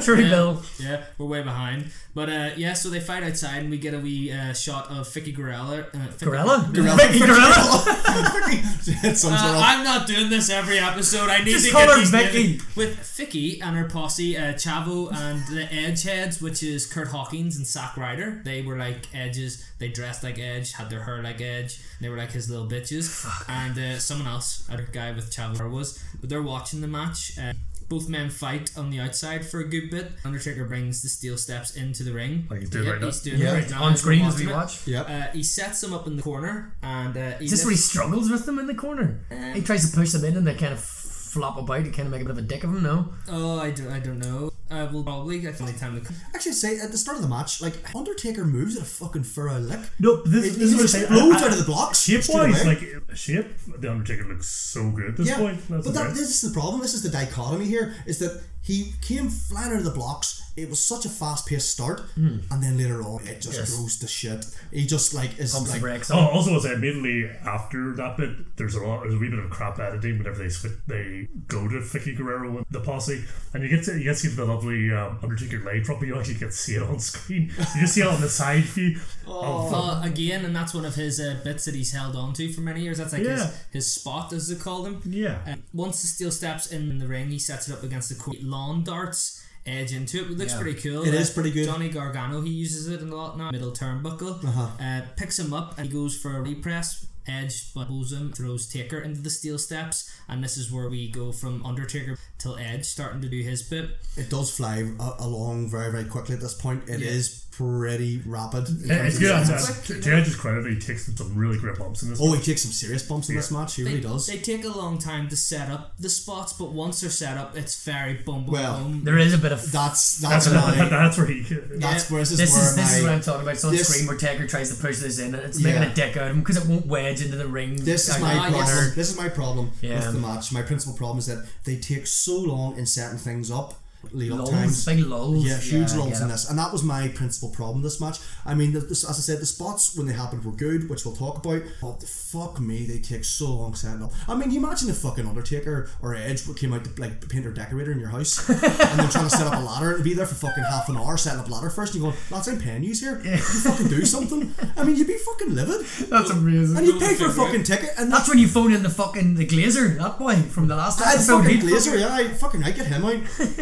Sure, he will. Yeah, we're way behind. But uh, yeah, so they fight outside and we get a wee uh, shot of Ficky Gorella. Uh, Ficky- Gorilla? Gorilla. Mickey Gorilla? It sums Uh, her up. I'm not doing this every episode. I need Just to call get her these Vicky. names. with Ficky and her posse, uh, Chavo and the Edgeheads, which is Kurt Hawkins and Zack Ryder. They were like Edges. They dressed like Edge, had their hair like Edge. They were like his little bitches. And uh, someone else, other guy with Chavo hair was, but they're watching the match. Uh, both men fight on the outside for a good bit. Undertaker brings the steel steps into the ring. Like he's doing right now. he's doing it Yeah, right now. on screen as Watching we it. watch. Yep. Uh, he sets them up in the corner, and uh, he Is this where he lifts- struggles with them in the corner? Uh, he tries to push them in and they kind of flop about. He kind of make a bit of a dick of him, no? Oh, I don't, I don't know. Uh, well, probably. That's the only time to Actually, say at the start of the match, like Undertaker moves at a fucking furrow lick. No, this, It this is what I'm just saying. explodes I- out of the blocks. Shape straight wise, away. like shape, the Undertaker looks so good at this yeah, point. That's but that, okay. this is the problem. This is the dichotomy here: is that he came flying out of the blocks. It was such a fast-paced start, and then later on, it just goes to shit. He just like is Pumps the like brakes Oh, on. also, as I admittedly after that bit, there's a lot, there's a wee bit of crap editing whenever they switch, they go to Vicky Guerrero and the posse, and you get to you get to see the lovely um, Undertaker lay drop, but you actually get to see it on screen. You just see it on the side view. Oh, fuck. Uh, again, and that's one of his uh, bits that he's held on to for many years. That's like Yeah. his, his spot, as they call them. Yeah. Uh, once the steel steps in the ring, he sets it up against the court. lawn darts edge into it. It looks pretty cool. It It is is pretty good. Johnny Gargano, he uses it a lot now. Middle turnbuckle. Uh-huh. picks him up and he goes for a repress. Edge bubbles him, throws Taker into the steel steps, and this is where we go from Undertaker till Edge starting to do his bit. it does fly a- along very very quickly at this point. It is Yeah. pretty rapid. in Yeah, terms of It's good. its Yeah, movements. to Edge's credit, he takes some really great bumps in this. Oh, he takes some serious bumps in this match. He They, really does. they take a long time to set up the spots, but once they're set up, it's very boom, boom, Well, boom. There is a bit of. that's that's that's, why. that's where he. That's where this is This where is, this my, is what I'm talking about. It's on this- screen where Taker tries to push this in and it's making Yeah. a dick out of him because it won't wedge into the ring. This is Like, my Ah, problem. yes. This is my problem Yeah. with the match. My principal problem is that they take so long in setting things up. lead up lulls, times. big lulls. Yeah, huge I lulls get in it. this, and that was my principal problem this match. I mean, the, this, as I said, the spots when they happened were good, which we'll talk about. But the fuck me, they take so long setting up. I mean, you imagine the fucking Undertaker or Edge who came out to like paint or decorator in your house, and then trying to set up a ladder and be there for fucking half an hour setting up ladder first. And you go, lads, I'm paying you here. You fucking do something. I mean, you'd be fucking livid, That's amazing. and you pay for a fucking ticket, and That's when you phone in the fucking the glazer, that boy from the last I'd episode. fucking he'd Glazer, yeah, I fucking I get him out. Do you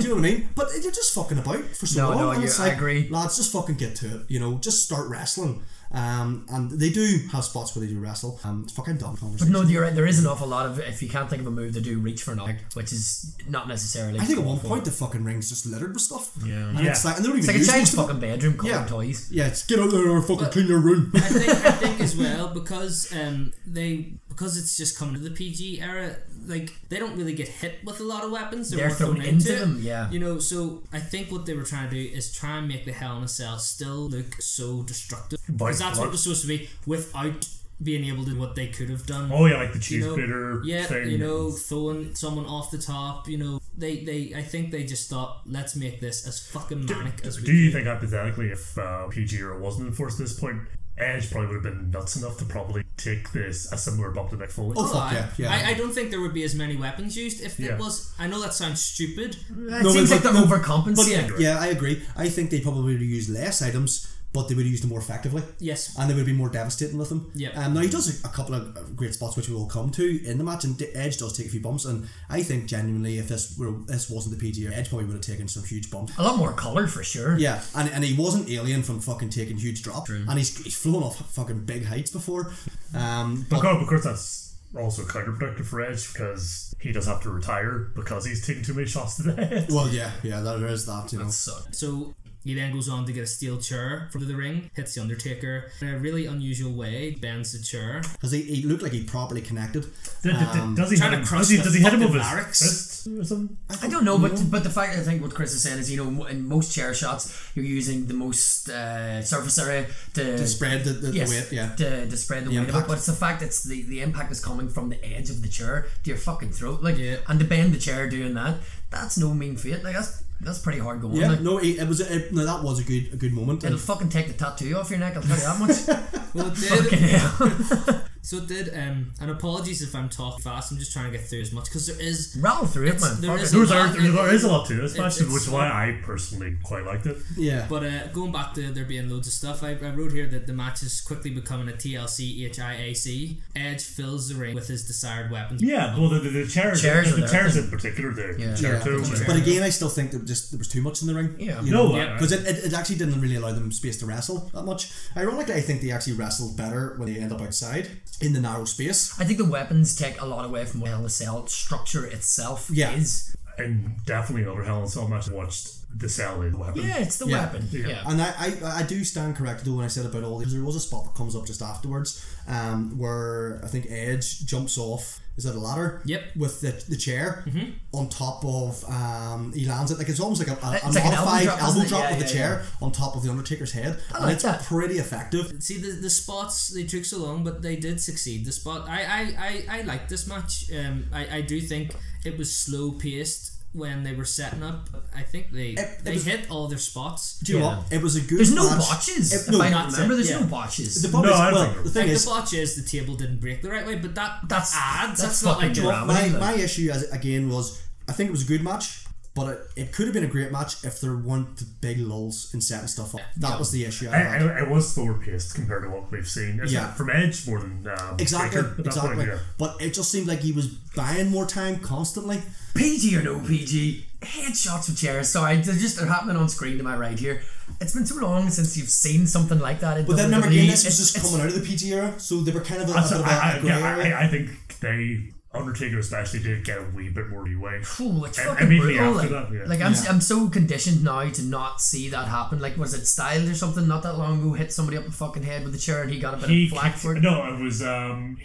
know what I mean? But you're just fucking about for so No, long. no, and you- it's I like, agree. Lads, just fucking get to it. You know, just start wrestling. Um, and they do have spots where they do wrestle. Um, it's fucking dumb But conversation. no, you're right. There is an awful lot of if you can't think of a move to do, reach for an object, which is not necessarily. I think at one awful. point the fucking ring's just littered with stuff. Yeah. and Yeah. it's like and they don't it's even like a use most child's of it. fucking bedroom covered Yeah. in toys. Yeah, it's get out there and fucking clean your room. I think, I think as well because um, they because it's just coming to the PG era, like they don't really get hit with a lot of weapons. They're, They're more thrown into it, them, yeah. You know, so I think what they were trying to do is try and make the Hell in a Cell still look so destructive By because that's what blood. it was supposed to be without being able to do what they could have done. Oh yeah, like the cheese You know, grater yeah, thing. you know, throwing someone off the top. You know, they, they I think they just thought let's make this as fucking manic as we Do you think hypothetically, if uh, PG era wasn't enforced at this point, Edge probably would have been nuts enough to probably take this a similar bump to Mick Foley? Oh, fuck I, yeah, yeah. I, I don't think there would be as many weapons used if Yeah. it was. I know that sounds stupid. It No, seems but- like they're but- overcompensating. yeah, I agree. I think they probably would have used less items, but they would have used them more effectively. Yes. and they would be more devastating with him. Yeah. Um, now he does a, a couple of great spots which we will come to in the match, and D- Edge does take a few bumps, and I think genuinely, if this were this wasn't the PG, era, Edge probably would have taken some huge bumps. A lot more colour for sure. Yeah, and, and he wasn't alien from fucking taking huge drops, and he's, he's flown off fucking big heights before. Um, Of but course, Oh, of course, that's also counterproductive for Edge because he does have to retire because he's taking too many shots to the head. well, yeah, yeah, there is that. You know, So So he then goes on to get a steel chair from the ring, hits the Undertaker in a really unusual way, bends the chair. because he, he looked like he properly connected. Did- did- Um, does he trying hit him, to crush does he, the does he hit him fucking with his larynx. fist or something? I don't know, Mm-hmm. but but the fact I think what Chris is saying is you know in most chair shots you're using the most uh, surface area to, To spread the, the, yes, the weight, yeah. to, to spread the, weight of impact. it. But it's the fact it's the, the impact is coming from the edge of the chair to your fucking throat, like Yeah. and to bend the chair doing that. That's no mean feat. Like that's that's pretty hard going. Yeah, like, no, it, it was it, no, that was a good a good moment. It'll And fucking take the tattoo off your neck. I'll tell you that much. Well, it Fucking did. hell. So it did. Um, and apologies if I'm talking fast. I'm just trying to get through as much because there is. Rattle through it, man. there Fuck it. is a There was, a- lot- there is a lot to this It's- match, which it's- is why I personally quite liked it. yeah, But uh, going back to there being loads of stuff, I, I wrote here that the match is quickly becoming a TLC HIAC. Edge fills the ring with his desired weapons. Yeah, well, the, the, the chairs, Chairs the, are there, chairs I think. in particular, the Yeah. chair Yeah, too. chair. but again, I still think that just there was too much in the ring. Yeah. You No, know? I- because it, it, it actually didn't really allow them space to wrestle that much. Ironically, I think they actually wrestled better when they end up outside in the narrow space. I think the weapons take a lot away from what the cell structure itself Yeah. is. and definitely another Hell in a Cell match. I watched the cell in the weapon. Yeah, it's the Yeah. weapon. Yeah. And I, I, I do stand corrected though when I said about all these. There was a spot that comes up just afterwards um, where I think Edge jumps off. Is that a ladder? Yep. With the, the chair Mm-hmm. on top of, um, he lands it like it's almost like a, a, It's a like an elbow modified drop, elbow drop, isn't it? Yeah, with the yeah, chair on top of the Undertaker's head, and like it's that. pretty effective. See the the spots they took so long, but they did succeed. The spot I I I, I like this match. Um, I I do think it was slow paced when they were setting up. I think they it they was- hit all their spots. Do you know what? It was a good. There's no match. botches. It- if no, I not remember, there's yeah. no botches. The problem No, is, I don't well, think it the was. thing Like is, the botch is the table didn't break the right way, but that That's- that's that's adds. That's, not fucking like drama. drama. my, Like- my issue as again was I think it was a good match, but it, it could have been a great match if there weren't the big lulls in setting stuff up. That was the issue I I, had. I, it was slower paced compared to what we've seen. isn't Yeah. it? from Edge more than um, Exactly, Taker at that point, exactly. yeah. But it just seemed like he was buying more time constantly. PG or no PG, headshots with chairs. Sorry, they're just they're happening on screen to my right here. It's been so long since you've seen something like that. In But then remember, WWE. again, this was It's- just it's- coming out of the PG era, so they were kind of a, a bit Also, of a, I, I, a grey yeah, area. I, I think they Undertaker especially did get a wee bit more leeway. Cool, it's And- fucking immediately brutal. Like, after that, yeah. like, I'm, I'm so conditioned now to not see that happen. Like, was it Styles or something not that long ago hit somebody up the fucking head with a chair and he got a bit He of flack kicked- for it? no, it was um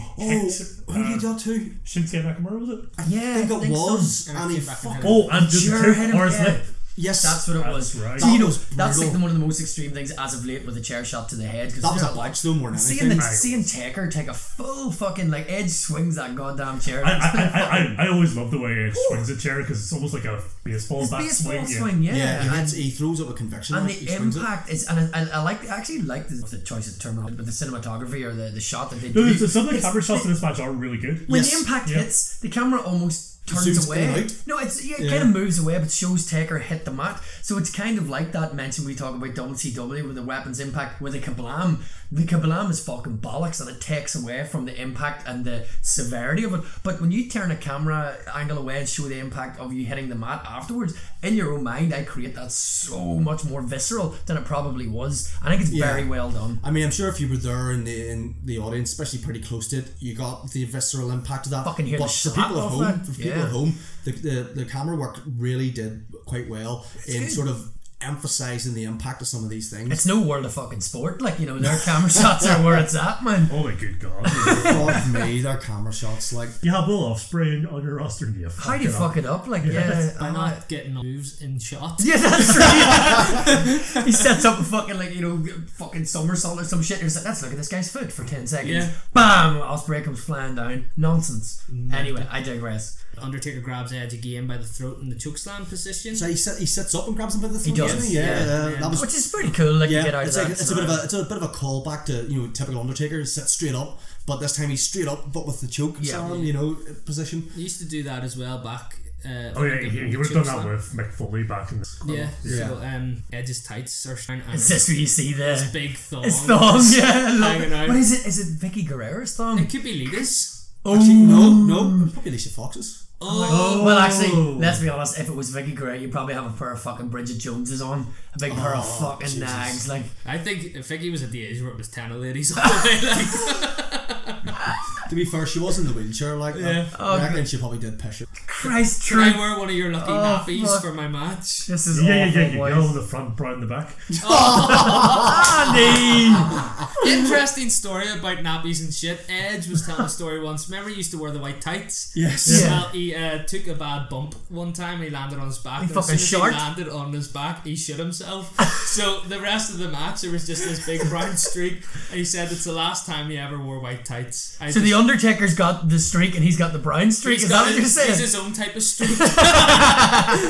oh, kicked who uh, did that to? Shinsuke Nakamura was it? yeah, I think it so. was, And it and he came back and fucking hit him. Oh, and just Sure took hit him, Orr's yeah. lip. Yes. That's what it Oh, That's was. right. So, you That know, was that's like brutal. the, one of the most extreme things as of late with the chair shot to the head. Cause That was there's a botch though, more than Seeing, anything. the, seeing Taker take a full fucking like Edge swings that goddamn chair. I, I, I, I, I always love the way Edge swings a chair because it's almost like a baseball bat baseball swing, swing. yeah. yeah. Yeah, he, and- hits, he throws up a conviction. and like, he the swings it. impact is, and I, I- I like, I actually like the, the choice of terminology, but the cinematography or the, the shot that they No, do. there's- some of the It's- camera shots in this match are really good. when Yes. the impact Yeah. hits, the camera almost zooms turns in away. and out. No, it's yeah, it kind of moves away, but shows Taker hit the mat. So it's kind of like that mention we talk about WCW with the weapons impact, with the kablam. The kablam is fucking bollocks, and it takes away from the impact and the severity of it. But when you turn a camera angle away and show the impact of you hitting the mat afterwards, in your own mind, I create that so much more visceral than it probably was. I think it's very well done. I mean, I'm sure if you were there in the in the audience, especially pretty close to it, you got the visceral impact of that. Fucking hear but the for slap people at off home, that. for people Yeah. at home, the, the the camera work really did quite well in good. sort of emphasizing the impact of some of these things. It's no world of fucking sport. Like, you know, their camera shots are where it's at, man. Oh my good god. God me, their camera shots like you have Will Ospreay on your roster and you How do you it up. fuck it up? Like, yeah, by I'm not. not getting moves in shots. Yeah, that's right. he sets up a fucking like you know fucking somersault or some shit. And he's like, let's look at this guy's foot for ten seconds. Yeah. Bam! Osprey comes flying down. Nonsense. Mm. Anyway, I digress. Undertaker grabs Edge again by the throat in the chokeslam position. so he sit, he sits up and grabs him by the throat. does, doesn't he? Yeah, yeah, uh, yeah. that was Which is pretty cool. Like you get out it's of like, that. it's a bit of a it's a bit of a callback to you know typical Undertaker sits straight up, but this time he's straight up but with the choke Yeah. slam, you know position. He used to do that as well back. Uh, Oh yeah, the he, he whole would have done chokeslam. that with Mick Foley back in the Yeah, Yeah. so um, Edge's tights are showing and It's just what you see there. his big thong. It's thong, yeah. I love Hanging it. out. What is it? Is it Vicky Guerrero's thong? It could be Lita's. Actually, no, no, it's probably Alicia Fox's. Oh, Well, actually, let's Oh. be honest. If it was Vicky Guerrero, you'd probably have a pair of fucking Bridget Joneses on, a big pair Oh, of fucking nags. Like, I think if Vicky was at the age where it was ten ladies all the way. Like, To be fair, she was in the wheelchair like that. Yeah. I reckon she probably did piss it. Christ, Can I true. wear one of your lucky Oh, nappies fuck. for my match? This is Yeah, yeah, awful, yeah. You boys. go in the front, brown in the back. Andy! Interesting story about nappies and shit. Edge was telling a story once. Remember, he used to wear the white tights. Yes. Yeah. Well, he uh, took a bad bump one time. He landed on his back. and as fucking soon short. As he landed on his back. He shit himself. so the rest of the match, there was just this big brown streak. And he said it's the last time he ever wore white tights. I So just- the Undertaker's got the streak and he's got the brown streak. he's Is that got what you're his- He's saying? his own type of streak.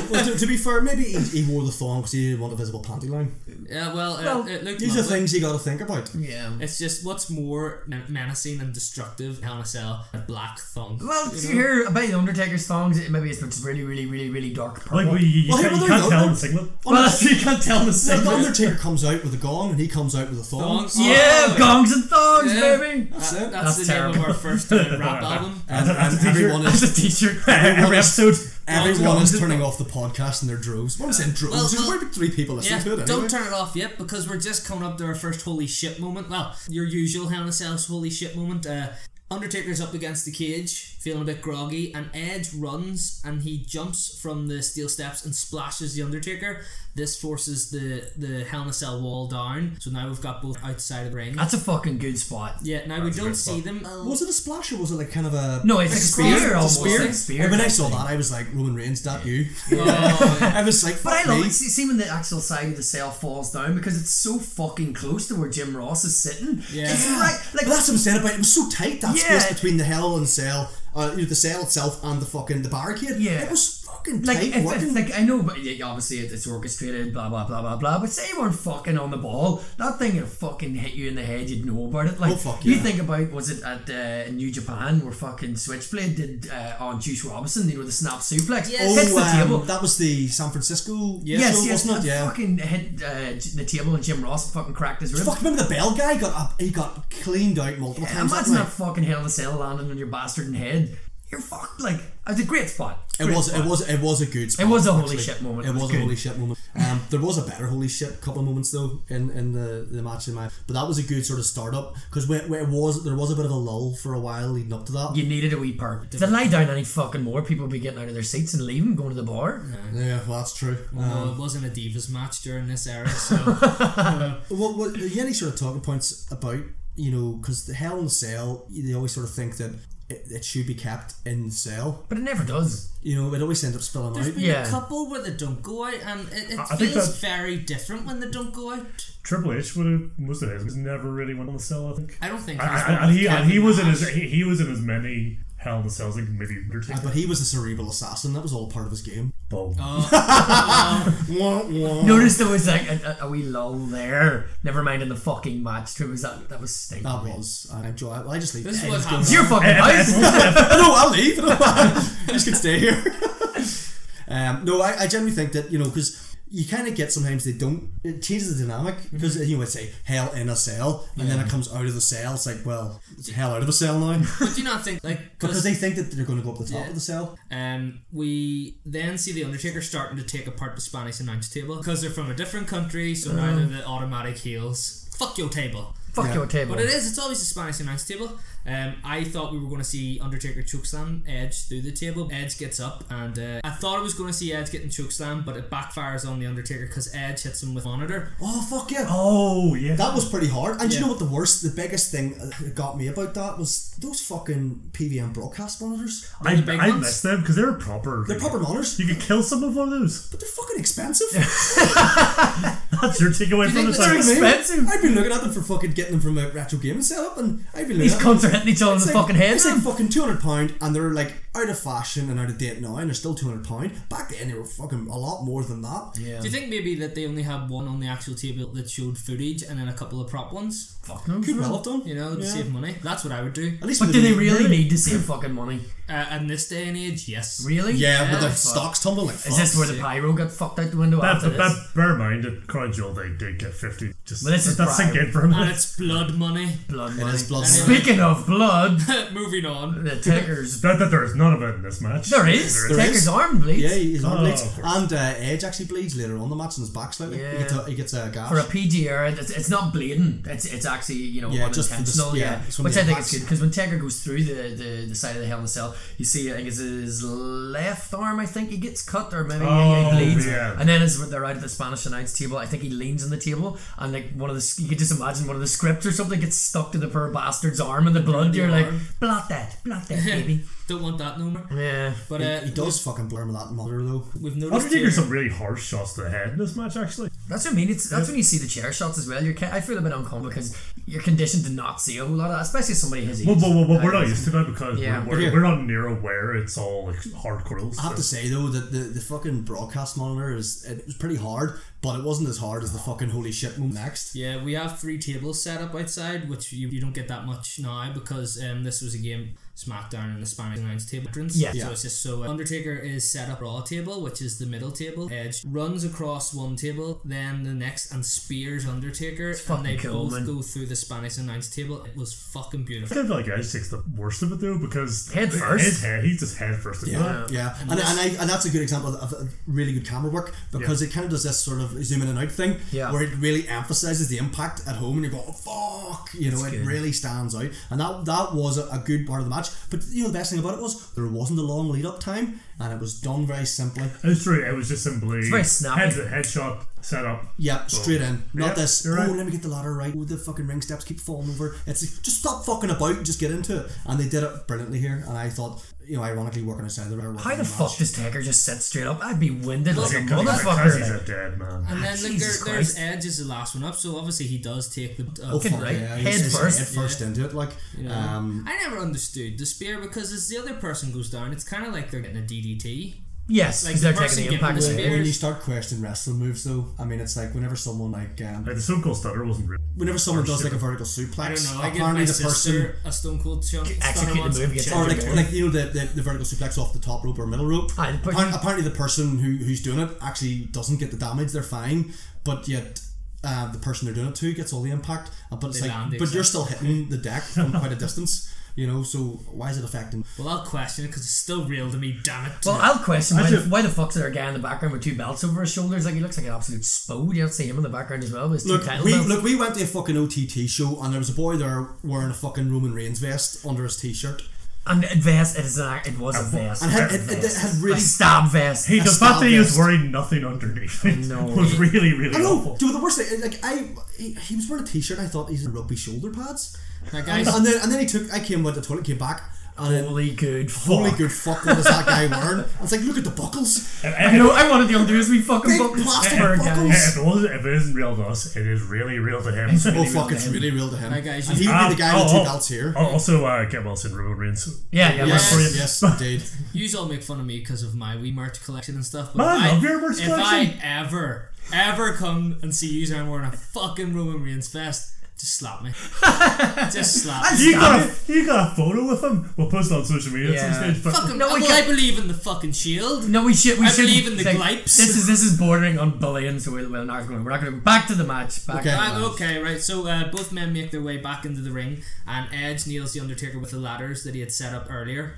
Well, to, to be fair, maybe he, he wore the thong because he didn't want a visible panty line. yeah, well, uh, Well, it looked These are lovely. things you got to think about. Yeah. It's just what's more men- menacing and destructive, Hell in a Cell, a black thong. Well, you hear about the Undertaker's thongs, it maybe it's it's really, really, really, really dark purple. Like we, you, Well, can't, hey, you well, can't there you tell go. in singlet. well, that's you can't tell the The, the same. Undertaker comes out with a gong and he comes out with a thong. Thongs. Yeah, gongs and thongs, Oh, Yeah. baby! That's it. That's, That's the name terrible. of our first uh, rap album. And, and everyone That's is a t-shirt. Every episode. everyone is turning off the podcast in their droves. What I'm saying droves? well, There's well, probably three people listening Yeah, to it. Anyway. don't turn it off yet because we're just coming up to our first holy shit moment. Well, your usual Hell in a Cell's holy shit moment. Uh, Undertaker's up against the cage, feeling a bit groggy, and Edge runs and he jumps from the steel steps and splashes the Undertaker. This forces the the Hell in a Cell wall down, so now we've got both outside of the ring. That's a fucking good spot. yeah, now we don't see them. Was it a splash or was it like kind of a? No, it's a spear. spear It's almost. a like spear. a spear. When I saw that, I was like Roman Reigns, that you. Oh, I was like, But I fuck love me. it. See, see when the actual side of the cell falls down because it's so fucking close to where Jim Ross is sitting. Yeah. It's right. Like But that's what I'm saying about it. It was so tight that Yeah. space between the hell and cell, uh, you know, the cell itself and the fucking the barricade. Yeah. it was fucking like, tight. if, working. if, like I know, but yeah, obviously it- it's orchestrated, blah blah blah blah blah. But say you weren't fucking on the ball, that thing would fucking hit you in the head. You'd know about it. Like Oh, fuck you yeah. think about was it at uh, in New Japan where fucking Switchblade did uh, on Juice Robinson, you know the snap suplex, Yes. hits the oh, um, table. that was the San Francisco. Yes, show, yes, wasn't it? and Yeah. fucking hit uh, j- the table and Jim Ross fucking cracked his rib. Fuck, remember the bell guy got up? He got cleaned out multiple Yeah, times. imagine that that night. fucking hell in a cell landing on your bastarding head. You're fucked. Like, it's a great spot. It Great was, spot. it was, it was a good. Spot, It was a holy actually. shit moment. It was a good. holy shit moment. Um, there was a better holy shit couple of moments though in, in the, the match in my, but that was a good sort of start up because where, where it was there was a bit of a lull for a while leading up to that. You needed a wee perk. If they lie down any fucking more, people would be getting out of their seats and leaving, going to the bar. Yeah, well, that's true. Mm. Um, no, Oh, it wasn't a Divas match during this era, so. What, what, are you any sort of talking points about, you know, because the Hell in a Cell, they always sort of think that it, it should be kept in the cell. But it never does. You know, it always ends up spilling There's out. been Yeah. a couple where they don't go out, and it, it I- I think feels that's- very different when they don't go out. Triple H would have most of his was never really went on the cell. I think. I don't think. I, he's I, one and of he and he Kevin was in Nash. as he, he was in as many Hell in the Cells like maybe Uh, Undertaker. But he was the cerebral assassin. That was all part of his game. Boom. Wah, wah. Notice there was like a, a, a wee lull there. Never mind in the fucking match. It was uh, that that was stinking. That was. I enjoy. Well, I just leave. This Eh, is what let's go. happens. It's your fucking house. no, I'll leave. you just can stay here. um, no, I, I generally think that you know because you kind of get sometimes they don't. It changes the dynamic Mm-hmm. because you would say hell in a cell, and then it comes out of the cell. It's like well, it's hell out of a cell now But do you not think like because because they think that they're going to go up the top of the cell. um we then see the Undertaker starting to take apart the Spanish announce table because they're from a different country, so Uh-huh. now they're the automatic heels. Fuck your table. Fuck your table. But it is. It's always the Spanish announce table. Um, I thought we were going to see Undertaker chokeslam Edge through the table. Edge gets up, and uh, I thought I was going to see Edge getting chokeslam, but it backfires on the Undertaker because Edge hits him with monitor. Oh fuck yeah. Oh yeah. That was pretty hard. And do you Yeah. know what the worst, the biggest thing that got me about that was those fucking PVM broadcast monitors. I, the big I ones. missed them because they were proper. They're proper monitors, You could kill someone with one of those. but they're fucking expensive. That's your takeaway from think the they're I song. mean, expensive. I've been looking at them for fucking getting them from a retro gaming setup, and I've been looking These at them. cunts are hitting each other in It's the like- fucking head. It's like fucking two hundred pound, and they're like out of fashion and out of date now, and they're still two hundred pound. Back then, they were fucking a lot more than that. yeah. Do Uh-huh. you think maybe that they only had one on the actual table that showed footage, and then a couple of prop ones? Fuck no. Could well have done, You know, to Yeah. save money. That's what I would do. At least, But with do the- they really need to save fucking money? Uh, in this day and age, yes. Really? Yeah, but the fuck. stocks tumble like. Is this fuck. where the pyro got fucked out the window That, after that, this? bear in mind, at Crown Jewel they did get fifty. Just Well, this is let that sink prime. in for a And minute. it's blood money. Blood It money. is blood. money. Speaking of blood, Moving on. the Taker's. Not that there is none of it in this match. There is. There Taker's is. arm bleeds. Yeah, his arm Oh, bleeds, of course. and uh, Edge actually bleeds later on the match on his back slightly. Yeah. He gets a, he gets a gash. for a PG era, it's, it's not bleeding. It's it's actually you know Yeah, just for the- unintentional. yeah, yeah, it's from which the I think it's good impacts. because when Taker goes through the, the, the side of the Hell in a Cell, you see I think it's his left arm. I think he gets cut or maybe Oh, he bleeds. yeah. And then as they're out at the Spanish announce table, I think he leans on the table and like one of the you could just imagine one of the scripts or something gets stuck to the poor bastard's arm and the blood. You're like arm. blot that, blot that, baby. Don't want that no more. yeah. But uh, he does fucking blur with that monitor though. We've noticed Undertaker here, some really harsh shots to the head in this match, actually. That's what I mean. It's that's when you see the chair shots as well. You're ca- I feel a bit uncomfortable because you're conditioned to not see a whole lot of that, especially somebody his age. Well, well, well, well, we're Like, not used to that because Yeah. we're, we're, we're not near aware it's all like hardcore. I have to say though that the, the fucking broadcast monitor is it was pretty hard, but it wasn't as hard as the fucking holy shit moment next. yeah, we have three tables set up outside, which you, you don't get that much now because um, this was a game SmackDown and the Spanish announce table entrance. Yeah. So it's just so uh, Undertaker is set up Raw table, which is the middle table. Edge runs across one table, then the next, and spears Undertaker, fucking and they cool, both man. go through the Spanish announce table. It was fucking beautiful. I feel like Edge takes the worst of it though because Head first. His head, he's just head first. Yeah. Yeah, and, and, I, and that's a good example of of really good camera work because it kind of does this sort of zoom in and out thing Yeah. where it really emphasizes the impact at home and you go, oh, fuck, you know, it really stands out. And that that was a, a good part of the match. But you know, the best thing about it was there wasn't a long lead up time and it was done very simply. It's true. It was just simply very snappy. head, headshot set up. Yeah, straight in. Not Yeah, this. Oh, you're right. let me get the ladder right. Oh, the fucking ring steps keep falling over. It's like, just stop fucking about and just get into it. And they did it brilliantly here. And I thought, you know, ironically, working outside the ring. How the fuck does Taker just sit straight up? I'd be winded like a Because he's- because he's motherfucker. a dead man. And then look, Jesus there, there's Christ. Edge is the last one up, so obviously he does take the. Uh, Oh, fucking fuck, right? yeah, Head he's just first. Head first into it. Like, um, I never understood the spear because as the other person goes down, it's kind of like they're getting a DDT. Yes, Like, because the they're person taking the getting impact of away. spear. when you start questioning wrestling moves, though, I mean, it's like whenever someone like, um, Like the Stone Cold Stutter wasn't real. whenever someone does like a vertical I suplex, don't know. I give apparently my the person. sister a Stone Cold chunk. execute the move, get Or down. like, like you know the, the, the vertical suplex off the top rope or middle rope. Aye, the person- Apparent- apparently, the person who, who's doing it actually doesn't get the damage. They're fine, but yet uh, the person they're doing it to gets all the impact. Uh, but it's They like, land the but you're exact- still hitting the deck from quite a distance, you know. So why is it affecting? Well, I'll question it because it's still real to me. Damn it! Well, I'll question why, Actually- the, why the fuck's there a guy in the background with two belts over his shoulders? Like he looks like an absolute spode. You don't see him in the background as well. With his two Look, title we belts. look. We went to a fucking OTT show, and there was a boy there wearing a fucking Roman Reigns vest under his t-shirt, and it vest. It is an, It was a vest. and had, it, it, it had a really. stab vest. He, the That's fact that he was obvious. wearing nothing underneath it No. was really, really I know, awful. dude. The worst thing, like I, he, he was wearing a t-shirt. and I thought he's in rugby shoulder pads. Now, And, guys, and then and then he took. I came went to the toilet, came back. Holy good fuck. Holy good fuck, what is that guy wearing? It's like, look at the buckles. If, I know, I wanted the old dudes, we fucking Big buckles. plastic Sorry, buckles. guys. if, it wasn't, if it isn't real to us, it is really real to him. Oh, Really fuck, real it's to him. really real to him. Hi, guys, And he you- would be the guy with the two oh, belts here. oh, also, uh, Get Wilson, Roman Reigns. Yeah, yeah, yes, we're for you. yes, indeed. You all make fun of me because of my Wii merch collection and stuff. But Man, if I, love your merch if collection. I ever, ever come and see you and wearing a fucking Roman Reigns vest, just slap me. just slap. me. You got, a, you got a photo with him? We'll post it on social media at Yeah. some stage. But Fucking, No, no, we well, I can't- believe in the fucking shield. No, we should. We I should believe in the glipes. This is this is bordering on bullying, so we're, we're not going. We're not going to go back to the match. Back Okay. to the Ah, match. okay, right. So uh, both men make their way back into the ring, and Edge nails the Undertaker with the ladders that he had set up earlier.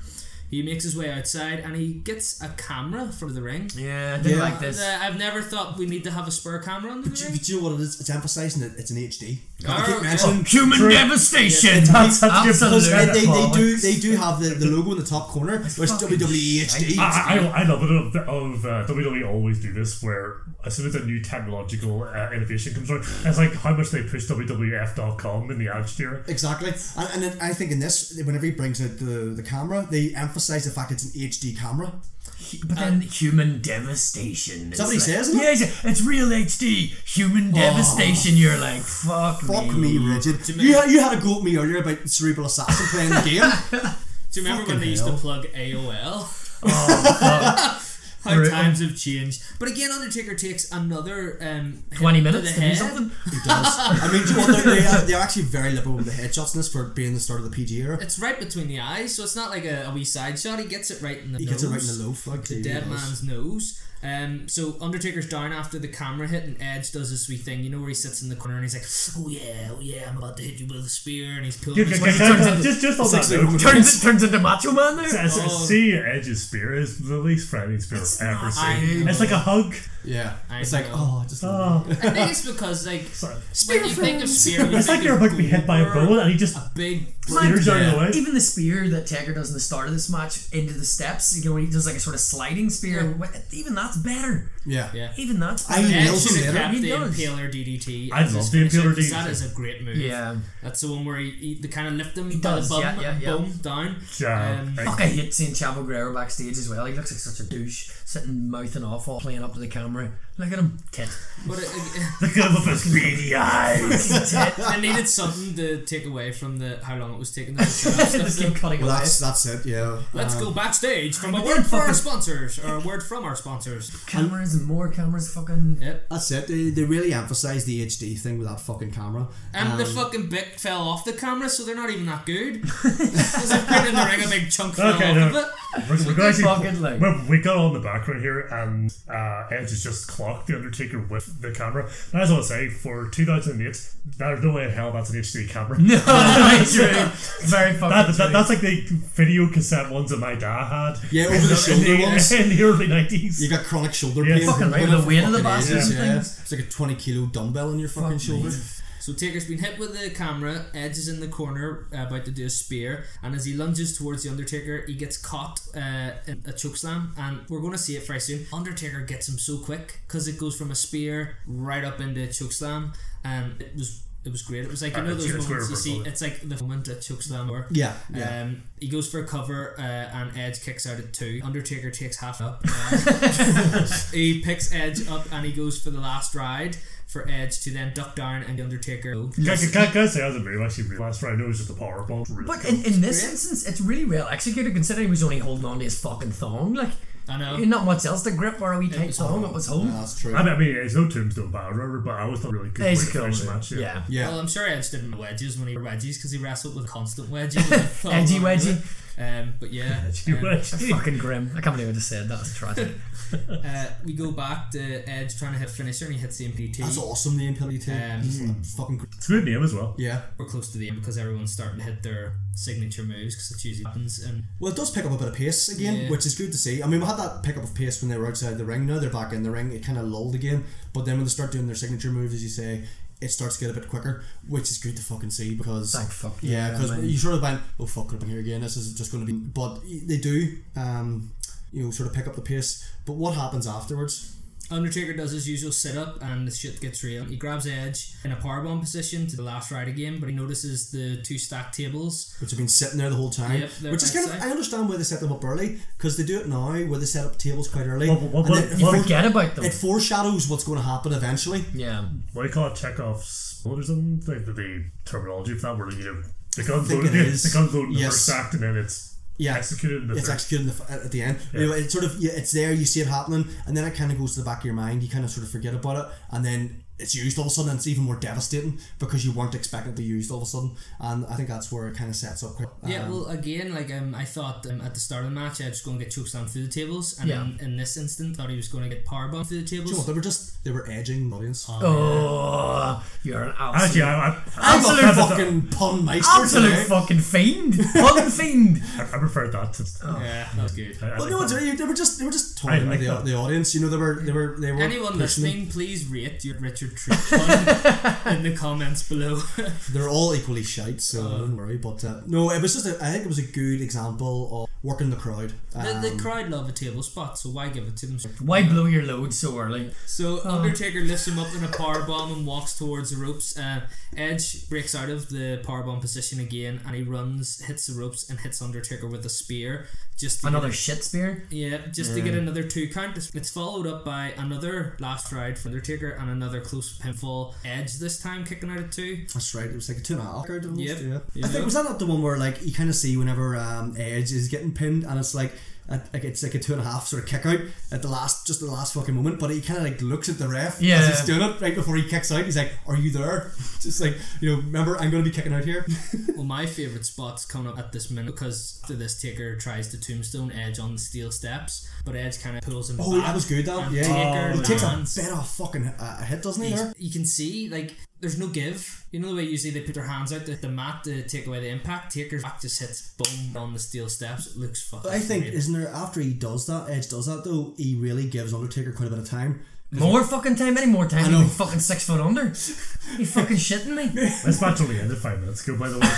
He makes his way outside, and he gets a camera for the ring. Yeah, I didn't Yeah. like this. Uh, I've never thought we need to have a spare camera on the Do you, ring. do you know what it is? It's emphasising it. It's an HD. I Oh, keep mentioning. Human True. devastation. That's- that's good Because they, uh, Absolutely. they, they do bollocks. they do have the, the logo in the top corner, which is fucking WWE HD. I, I, I love it of, of uh, WWE always do this where as soon as a new technological uh, innovation comes around, it's like how much they push WWF.com in the Attitude Era. Exactly, and, and then I think in this, whenever he brings out the, the camera, they emphasise the fact it's an HD camera. But then human devastation. is Somebody like, says it? Oh. Yeah, it's- it's real HD. Human devastation. You're like, fuck, Fuck me, rigid. You had, you had a go at me earlier about Cerebral Assassin playing the game. Do you remember Fucking when they used hell. to plug AOL? How times have changed. But again, Undertaker takes another um, hit Twenty to minutes the to do head. something. It does. I mean, do you know what? They're, they're- they're actually very liberal with the headshots in this for being the start of the PG era. It's right between the eyes, so it's not like a, a wee side shot. He gets it right in the He nose. gets it right in the loaf. Like The he dead does. man's nose. Um, so Undertaker's down after the camera hit, and Edge does this wee thing, you know, where he sits in the corner and he's like, "Oh yeah, oh yeah, I'm about to hit you with a spear," and he's pulling. Good, his good, good, weight. good, good. Just, just on Six that Sigma note, Turns it turns into Macho Man there. s- s- seeing Edge's spear is the least frightening spear Oh. It's I've ever not. seen. I It's like a hug. Yeah, I it's like know. Ah. oh, I just Oh, I think it's because like Spear when you think of friends. spear, you it's like think you're of about to be hit by a gore, bullet and he just Big spears out of the way. Even the spear that Taker does in the start of this match into the steps, you know, when he does like a sort of sliding spear, even that's better. yeah. Yeah. Even that's I better. Yeah, nailed Edge also should later. have kept He the does. Impaler DDT. I as love his the finisher, Impaler 'cause That DDT. is a great move. Yeah. That's the one where he, he they kind of lift him by does, the bum, yeah, yeah, yeah. boom, down. Yeah, Um, right. Fuck, I hate seeing Chavo Guerrero backstage as well. He looks like such a douche, sitting mouthing off while playing up to the camera. Look at him, tit. But it, it, The good of a speedy eyes. I needed something to take away from the how long it was taking. them to set up stuff. Just keep cutting Well, away. that's that's it. Yeah. Let's go backstage from a but Um, word then for our fucking- sponsors or a word from our sponsors. Cameras and more cameras, fucking. Yep. That's it. They, they really emphasise the HD thing with that fucking camera. And the fucking bit fell off the camera, so they're not even that good. There's a bit in the ring, a big chunk fell Okay, off no. of it. We're, we're going to- fucking like- we're- we got on the background here, and uh, Edge has just clocked the Undertaker with the camera. And as I was saying, for 2008, there's no way in hell that's an HD camera. No, very true. Very fucking. That, true. that, that's like the video cassette ones that my dad had. Yeah, in over the shoulder in the, ones. In the early 90s. You got chronic shoulder Yeah, pain. fucking from right, whatever the weight of the fuck it bastards is, and yeah. things. It's like a twenty kilo dumbbell on your fucking shoulder. So Taker's been hit with the camera. Edge is in the corner uh, about to do a spear, and as he lunges towards the Undertaker, he gets caught uh, in a choke slam, and we're going to see it very soon. Undertaker gets him so quick because it goes from a spear right up into a choke slam, and it was it was great. It was like you Uh, know those it's- it's moments you great see. for- It's like the moment at choke slam or Yeah, yeah. Um, he goes for a cover, uh, and Edge kicks out at two. Undertaker takes half up. Uh, He picks Edge up and he goes for the last ride for Edge to then duck down and the Undertaker. Can, can, can, can I say as a move, actually, really last round, it was just a powerbomb. Really But cool. in, in this instance, it's really well executed considering he was only holding on to his fucking thong. Like, I know. not much else to grip or a wee tight thong. It was holding. Yeah, that's true. I mean, I mean, it's no tombstone battle, remember, but I was not really good Yeah, way he's to cool. finish the match. Yeah. yeah. Well, I'm sure Edge didn't wedges when he were wedgies because he wrestled with constant wedges. with a thumb Edgy on it. wedgie. Um, but yeah, Gee, um, what? Fucking grim. I can't believe I just said that. That's tragic. uh, we go back to Edge trying to hit finisher and he hits the MPT. That's awesome. The Impelly too. Um, Just like fucking. gr- It's a good name as well. Yeah. We're close to the end because everyone's starting to hit their signature moves because that's usually what happens. And Well, it does pick up a bit of pace again, Yeah. which is good to see. I mean, we had that pickup of pace when they were outside the ring. Now they're back in the ring. It kind of lulled again, but then when they start doing their signature moves, as you say, it starts to get a bit quicker, which is good to fucking see because Thank fuck, yeah, yeah, because man. you sort of went, oh fuck, could have been here again. This is just going to be, but they do, um, you know, sort of pick up the pace. But what happens afterwards? Undertaker does his usual sit up and the shit gets real. He grabs Edge in a powerbomb position to the last ride again, but he notices the two stacked tables. which have been sitting there the whole time. Yep, they're which is kind of outside. I understand why they set them up early because they do it now where they set up tables quite early. What- what- and what- then it You fore- Forget about them. it foreshadows what's going to happen eventually. yeah. What do you call it? Chekhov's bullet or something? Like the, the terminology for that word, you know, the gun's think loaded, it the, is. the gun's loaded in the Yes. first act and then it's Yeah, executed in the it's third. executed in the, f- at the end. You know, it's sort of yeah, it's there. You see it happening, and then it kind of goes to the back of your mind. You kind of sort of forget about it, and then it's used all of a sudden. And it's even more devastating because you weren't expecting it to be used all of a sudden. And I think that's where it kind of sets up. Quite, Yeah, um, well, again, like um, I thought um, at the start of the match, I was going to get chokeslammed through the tables, and Yeah. in, in this instant, thought he was going to get powerbombed through the you know what, tables. Oh, they were just they were edging the audience. Oh. Oh, you're an Actually, absolute, I, I, I, I'm absolute a fucking pun meister absolute today. fucking fiend. Fucking fiend. I preferred that to. Yeah, that was good. I, I Oh, Well, like no, it's, that. they were just they were just I talking about like the, that. the audience. You know, they were they were they were Anyone pushing them. listening, please rate your Richard Treat pun in the comments below. They're all equally shite, so Uh-huh. don't worry. But uh, no, it was just a, I think it was a good example of working the crowd. the, Um, the crowd love a table spot, so why give it to them? Why blow your load so early? So Undertaker lifts him up in a power bomb and walks towards the ropes. Uh, Edge breaks out of the power bomb position again, and he runs, hits the ropes, and hits Undertaker with a spear. Just to Another get, shit spear? yeah, just to get another two count. It's- It's followed up by another last ride for Undertaker and another close pinfall. Edge this time kicking out at two. That's right. It was like a two and a half crowd. Almost, Yep. Yeah. Yeah. I think was that not the one where like you kind of see whenever um, Edge is getting pinned and it's like. a- Like it's like a two and a half sort of kick out at the last, just the last fucking moment. But he kind of like looks at the ref as Yeah. he's doing it right before he kicks out. He's like, "Are you there?" Just like you know, remember I'm going to be kicking out here. Well, my favorite spot's coming up at this minute because after this, Taker tries to tombstone Edge on the steel steps, but Edge kind of pulls him oh, back. that was good. That and yeah, Taker he takes a lands. bit of fucking uh, a hit, doesn't he? there? He's- you can see like there's no give. You know the way usually they put their hands out to the mat to take away the impact. Taker's back just hits boom on the steel steps. It looks fucking. But I think great. isn't there after he does that, Edge does that though, he really gives Undertaker quite a bit of time. More fucking time, any more time know. than fucking six foot under. You fucking shitting me? This match only ended five minutes ago, by the way.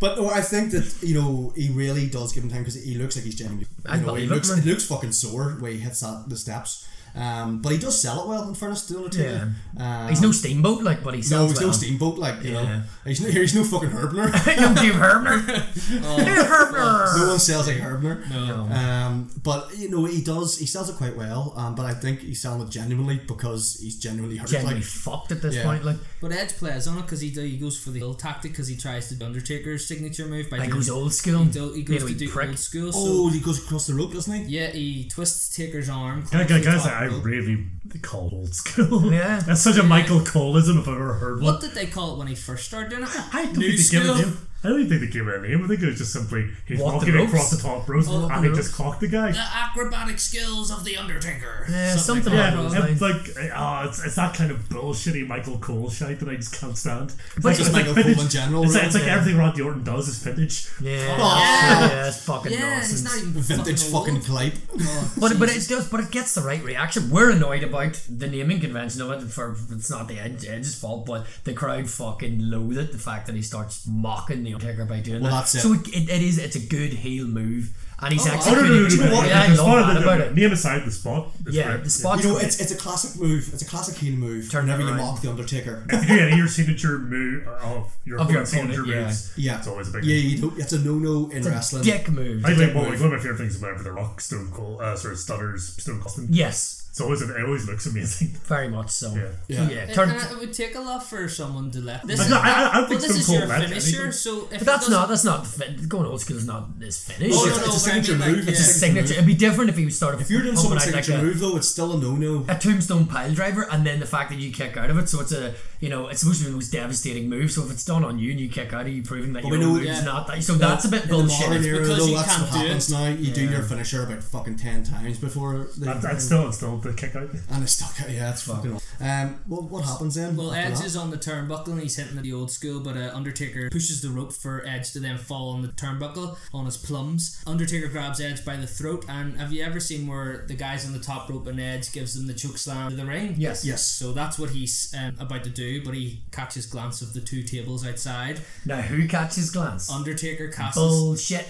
But no, I think that you know he really does give him time because he looks like he's genuinely. I You know, he believe it, looks man. he looks fucking sore when he hits that, the steps. Um, but he does sell it well in fairness to Undertaker. Um, He's no steamboat, like, but he no, sounds he's well. no steamboat like you know. Yeah. He's no, he's no fucking Herbner. Young Dave Herbner. Dave no Herbner. one sells like Herbner. No. Um, but you know he does he sells it quite well. Um, but I think he's selling it genuinely because he's genuinely hurt. Genuinely Like, fucked at this Yeah. point. Like, But Edge plays on it because he do, he goes for the old tactic because he tries to do Undertaker's signature move by like doing- goes old school. He, do, he goes Little to do prick. old school. So oh, he goes across the rope, doesn't he? yeah, he twists Taker's arm. Can I, can I- climbs can I the say, top I rope. really call it old school. Yeah. That's such a Michael Coleism if I've ever heard one. What did they call it when he first started doing it? I don't New think they gave it a school. name. I don't even think they gave it a name. I think it was just simply he's Walk the walking ropes. across the top rope Walk and the he just clocked the guy. The acrobatic skills of the Undertaker. Yeah, something like like that. that. Yeah, it's like uh, it's, it's that kind of bullshitty Michael Cole shite that I just can't stand. It's just Michael Cole in general, It's, like- really, it's like yeah. everything Randy Orton does is vintage. Yeah. Aw. Yeah, it's fucking Yeah, nonsense. he's not even Vintage fucking old. clipe. But, but it does, but it gets the right reaction. We're annoyed about the naming convention of it. For it's not the Edge, Edge's fault, but the crowd fucking loathe it. The fact that he starts mocking the Undertaker by doing Well, that. that's it. So it, it, it is. It's a good heel move, and he's I- Oh, no, no, no, no, executing. it. no, no, no, Yeah, I the spot love of that the- about the- it. Name aside, the spot. is Yeah, great. the spot. You know, it's it's a classic move. It's a classic heel move. Turn Whenever it you around. mock the Undertaker, If you do any of your signature move of your Of your opponent's opponent, signature yeah. moves, yeah, it's always a big yeah. You don't, it's a no-no in wrestling. dick move. I think Dick one, move. one of my favorite things about The Rock, Stone Cold, uh, sort of stutters, Stone Cold. Yes, It's always, it always looks amazing. very much so. Yeah. Yeah. turn, And uh, it would take a lot for someone to let this. But no, I- I- I well, think this is Stone your Cold meant finisher, anything. so if but that's it not. That's not fin- going old school. Is not this finish. Oh, it's, no, it's no, a signature but I mean, move. like, it's yeah. a signature signature. move. It'd be different if he started. If you're doing some pumping out like signature a, move though, it's still a no-no. a tombstone pile driver and then the fact that you kick out of it so it's a you know it's supposed to be the most devastating move so if it's done on you and you kick out are you proving that your we know- move's yeah. not that so that's a bit In the modern bullshit era, because though, you that's can't what do happens it. now. You do your finisher about fucking ten times before. They, That, that's still, it's still the kick out. and it's stuck. Yeah, it's fucking. Um, well, what happens then? Well, after Edge that? is on the turnbuckle and he's hitting the old school, but uh, Undertaker pushes the rope for Edge to then fall on the turnbuckle on his plums. Undertaker grabs Edge by the throat, and have you ever seen where the guys on the top rope and Edge gives them the choke slam to the ring? yes yes. So that's what he's um, about to do, but he catches glance of the two tables outside. now who catches glance Undertaker casts bullshit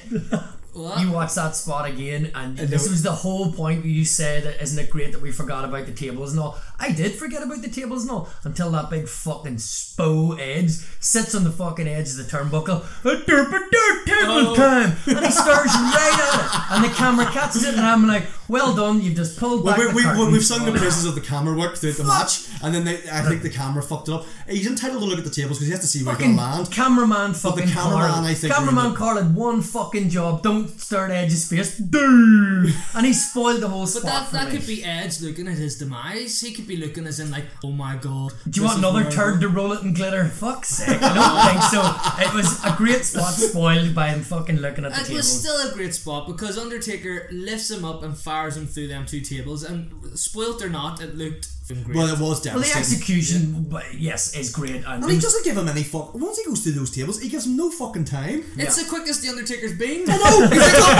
What? Oh, You watch that spot again, and And this there- was the whole point where you said, "Isn't it great that we forgot about the tables and all?" I did forget about the tables and all until that big fucking spo edge sits on the fucking edge of the turnbuckle. A derp table time, and he stares right at it, and the camera catches it, and I'm like, "Well done, you've just pulled Well, back we, the we, curtain." we, we've sung the praises of the camera work throughout the match, and then they, I think the camera fucked it up. He's entitled to look at the tables because he has to see where he Fucking can land. cameraman fucking cameraman, Carl. I think, cameraman ruined it. Carl had one fucking job. Don't stare at Edge's face. Dude. And he spoiled the whole But spot that, for that me. could be Edge looking at his demise. He could be looking as in like, oh my god. Do you want another turd to roll it in glitter? Fuck's sake, I don't think so. It was a great spot spoiled by him fucking looking at the It table. was still a great spot because Undertaker lifts him up and fires him through them two tables. And spoilt or not, it looked great. Well, it was well, the devastating. Mm. execution, but yes, is great. And and he doesn't give him any fuck. Once he goes through those tables, he gives him no fucking time. it's the quickest the Undertaker's been. No, he's like, "Oh,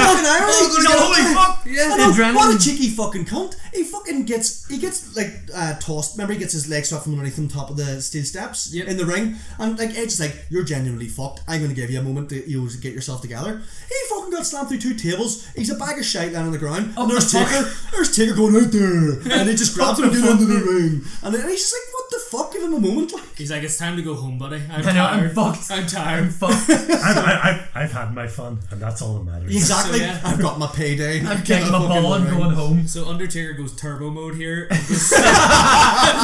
fucking Irish, Oh, he's no, gonna holy die." fuck. Yeah. I know, Adrenaline. what a cheeky fucking cunt! He fucking gets he gets like uh, tossed. Remember, he gets his legs swept from underneath him top of the steel steps Yep. in the ring, and like Edge's like, "You're genuinely fucked. I'm gonna give you a moment to you know, to get yourself together." He fucking got slammed through two tables. He's a bag of shite lying on the ground. Up Oh, and there's the fuck. Taker, there's Taker going out there, and he just grabs him and get under the ring, and then he's just like, "What the fuck? Give him a moment!" Like, He's like, it's time to go home, buddy. I'm I know, I'm tired. fucked. I'm I'm tired. fucked. I've, I- I've, I've had my fun, and that's all that matters. exactly. yeah. I've got my payday. I'm Get taking the my fucking ball and ring. going home. So Undertaker goes turbo mode here.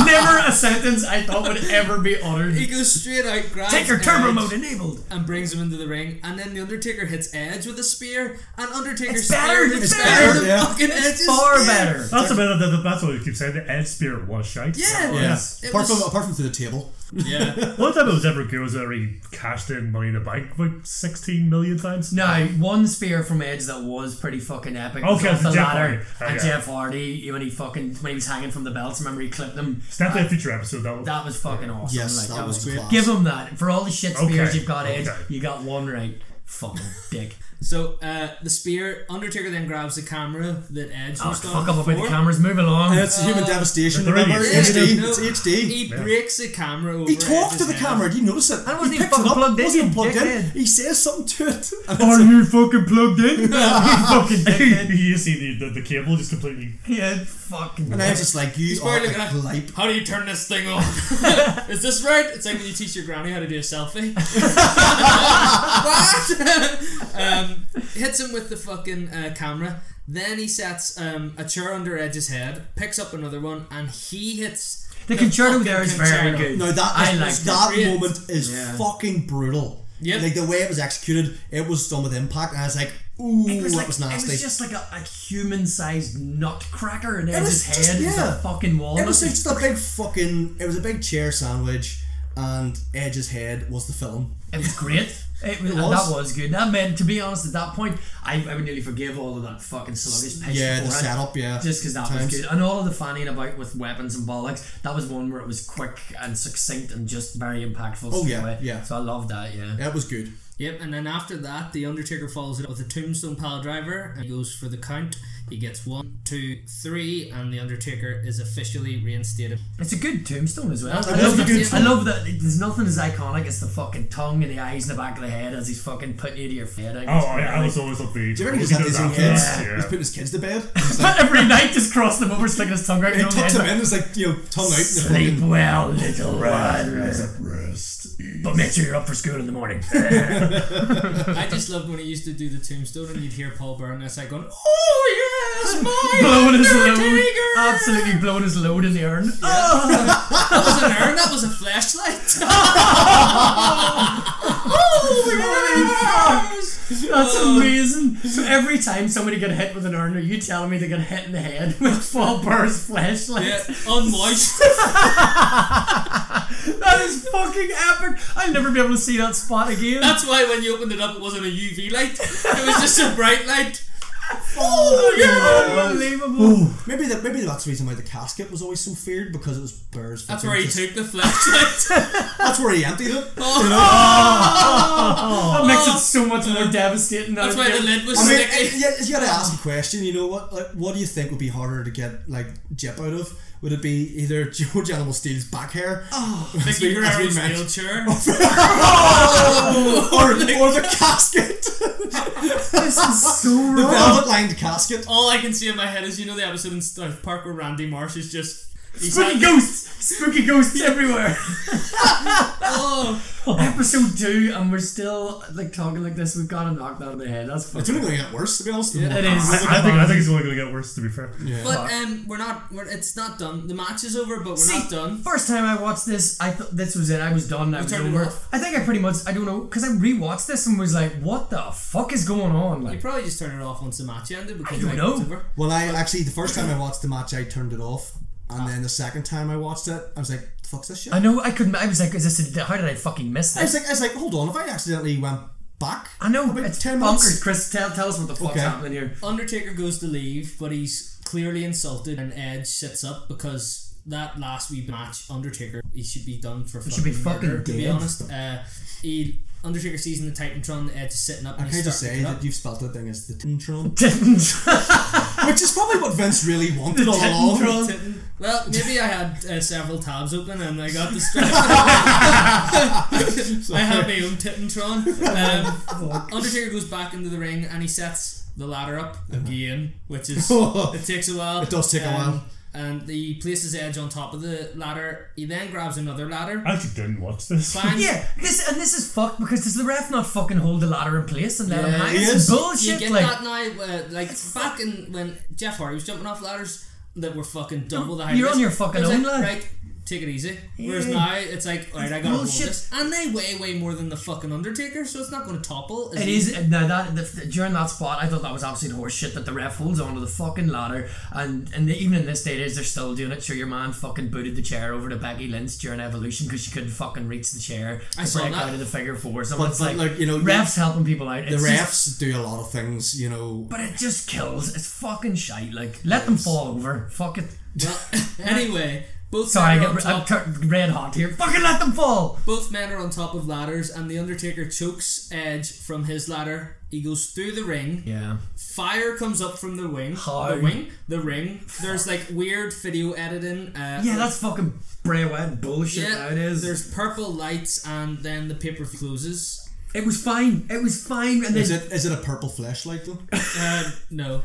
Never a sentence I thought would ever be he uttered. goes straight out, grabs Take your turbo Edge mode enabled. and brings him into the ring. And then the Undertaker hits Edge with a spear, and Undertaker's It's spear better, hits it's better, than yeah. fucking Edge's Far spear. better. That's about it. That's what we keep saying. The Ed Spirit was shite. Yeah. That was- Yes. It Apart was- from apart from through the table. Yeah. One time it was ever good was that he cashed in money in the bank like 16 million times. No, one spear from Edge that was pretty fucking epic. Okay, off the Jeff ladder Hardy. at Okay. Jeff Hardy when he fucking when he was hanging from the belts. Remember he clipped them. It's definitely a future episode. That, that That was fucking awesome. Yes, like, that was class. Give him that for all the shit spears Okay, you've got, Edge. okay. You got one right. Fucking dick. So uh, the spear, Undertaker then grabs the camera that Edge Oh, was fuck up on about the before. cameras. Move along. And it's human devastation. the Remember, radio. Yeah, HD. no. It's HD. He breaks the camera over He talked to Edge's the head. camera. Do you notice it? I wasn't he even picks it fucking up, plugged in, wasn't you plugged in. dickhead. He says something to it. And Are it's you fucking plugged in? fucking dickhead. you see the, the, the cable just completely. Yeah, fucking. and I was just like, you He's are probably a looking at gripe. how do you turn this thing on? Is this right? It's like when you teach your granny how to do a selfie. what? um, hits him with the fucking uh, camera. Then he sets um, a chair under Edge's head, picks up another one, and he hits. the concerto fucking there is concerto. very good. No, that I is- like that it. moment is Yeah. fucking brutal. Yep. Like the way it was executed, it was done with impact, and I was like, ooh, It was, that like, was it nasty. was just like a, a human-sized nutcracker in was Edge's head. just- It's yeah. a fucking walnut. It was like just a big fucking. It was a big chair sandwich, and Edge's head was the film. It was great. It was, was. That was good. That meant, to be honest, at that point, I, I would nearly forgive all of that fucking sluggish pitch. Yeah, the beforehand, setup, yeah, Just because that times. was good. And all of the fanning about with weapons and bollocks, that was one where it was quick and succinct and just very impactful. straight Oh, yeah, away. yeah. So I love that, yeah. It was good. Yep, and then after that, the Undertaker follows it up with a tombstone pile driver and he goes for the count. He gets one, two, three, and the Undertaker is officially reinstated. It's a good tombstone as well. I was love, a that, I good tombstone. love that there's nothing as iconic as the fucking tongue and the eyes and the back of the head as he's fucking putting you to your head. Oh, I, I was always up the. Do you what reckon he's he had does his own after kids? that, He's Yeah. putting his kids to bed. He's like, Every night just cross them over, sticking his tongue out. he and tucks him in. He's like, you know, tongue out. Sleep And the fucking, well, little one. Rest. But make sure you're up for school in the morning. I just loved when he used to do the tombstone and you'd hear Paul Byrne that's like going, Oh yes, my blown his load. Undertaker! Absolutely blown his load in the urn. Oh, That was an urn, that was a flashlight. that's Oh. amazing. So every time somebody got hit with an urn, are you telling me they got hit in the head with Paul Burr's flashlight? yeah, unwashed. That is fucking epic. I'll never be able to see that spot again. That's why when you opened it up, it wasn't a UV light, it was just a bright light. oh, yeah, unbelievable. maybe that. Maybe that's the reason why the casket was always so feared because it was Burr's. That's fucking where he just- took Oh, the flashlight. That's where he emptied it. That makes it so much more devastating. Uh, That's why the lid was I mean, eh, sticky. yeah, you gotta ask a question. You know what? Like, what do you think would be harder to get like jip out of? Would it be either George Animal Steel's back hair, Vicky as we Guerrero's mentioned- wheelchair. or, or the casket? This is so The wrong. velvet lined casket. All I can see in my head is you know the episode in South Park where Randy Marsh is just he's Spooky like, ghosts! Spooky ghosts everywhere! oh, Episode 2, and we're still like talking like this. We've got a knockdown on the head. That's It's fucking. only going to get worse, to be honest. The more- It is. I, I think I think it's only going to get worse. To be fair, Yeah. but um, we're not. We're, it's not done. The match is over, but we're See, not done. First time I watched this, I thought this was it. I was done. I was turned it over. off? I think I pretty much, I don't know, because I rewatched this and was like, what the fuck is going on? You Like, probably just turn it off once the match ended because don't like, know. it's over. Well, I actually, the first time I watched the match, I turned it off. And then the second time I watched it, I was like, the fuck's this shit? I I know I couldn't. I was like, is this? A, how did I fucking miss was this? like, I was like hold on, if I accidentally went back. I know about it's 10 bonkers. months. Chris, tell, tell us what the fuck's Okay. happening here. Undertaker goes to leave, but he's clearly insulted, and Edge sits up because that last wee match, Undertaker, he should be done for. Fucking should be fucking murder, To be dead. honest, uh, he Undertaker sees in the Titantron, Edge is sitting up. And I he's can I just say starting to get that up. you've spelled that thing as the Tintron? Didn't. Which is probably what Vince really wanted all along. Titantron. Well, maybe I had uh, several tabs open and I got distracted. I had my own Titantron. Um, Undertaker goes back into the ring and he sets the ladder up again, which is it takes a while. It Uh-huh. does take a while. And he places Edge on top of the ladder. He then grabs another ladder. Uh, I actually didn't watch this. Bangs yeah, this and this is fucked because does the ref not fucking hold the ladder in place and let him Yeah, hang? he This Uh, is is. You bullshit. get Like, that now, uh, like back in when Jeff Hardy was jumping off ladders that were fucking double the height. You're of on this. your fucking It was own, like, lad. right? Take it easy. Whereas Yeah. now it's like, alright, I got bullshit. this, and they weigh way more than the fucking Undertaker, so it's not going to topple. It is uh, now that the, during that spot, I thought that was absolute horseshit that the ref holds onto the fucking ladder, and and even in this day and age, they're still doing it. Sure, your man fucking booted the chair over to Becky Lynch during Evolution because she couldn't fucking reach the chair. I to saw break that. out of the figure four. So But- it's but, like, like, you know, refs helping people out. The It's just- refs do a lot of things, you know. but it just kills. It's fucking shite. Like let them fall over. Fuck it. anyway, both Sorry, I men are on get, I'm top. tur- red hot here. Fucking let them fall. both men are on top of ladders, and the Undertaker chokes Edge from his ladder. He goes through the ring. Yeah. Fire comes up from the wing. How? The wing. The ring. There's like weird video editing. Uh, Yeah, that's fucking Bray Wyatt bullshit. now it is. There's purple lights, and then the paper closes. It was fine. It was fine. And then Is it is it a purple flashlight though? Um, no,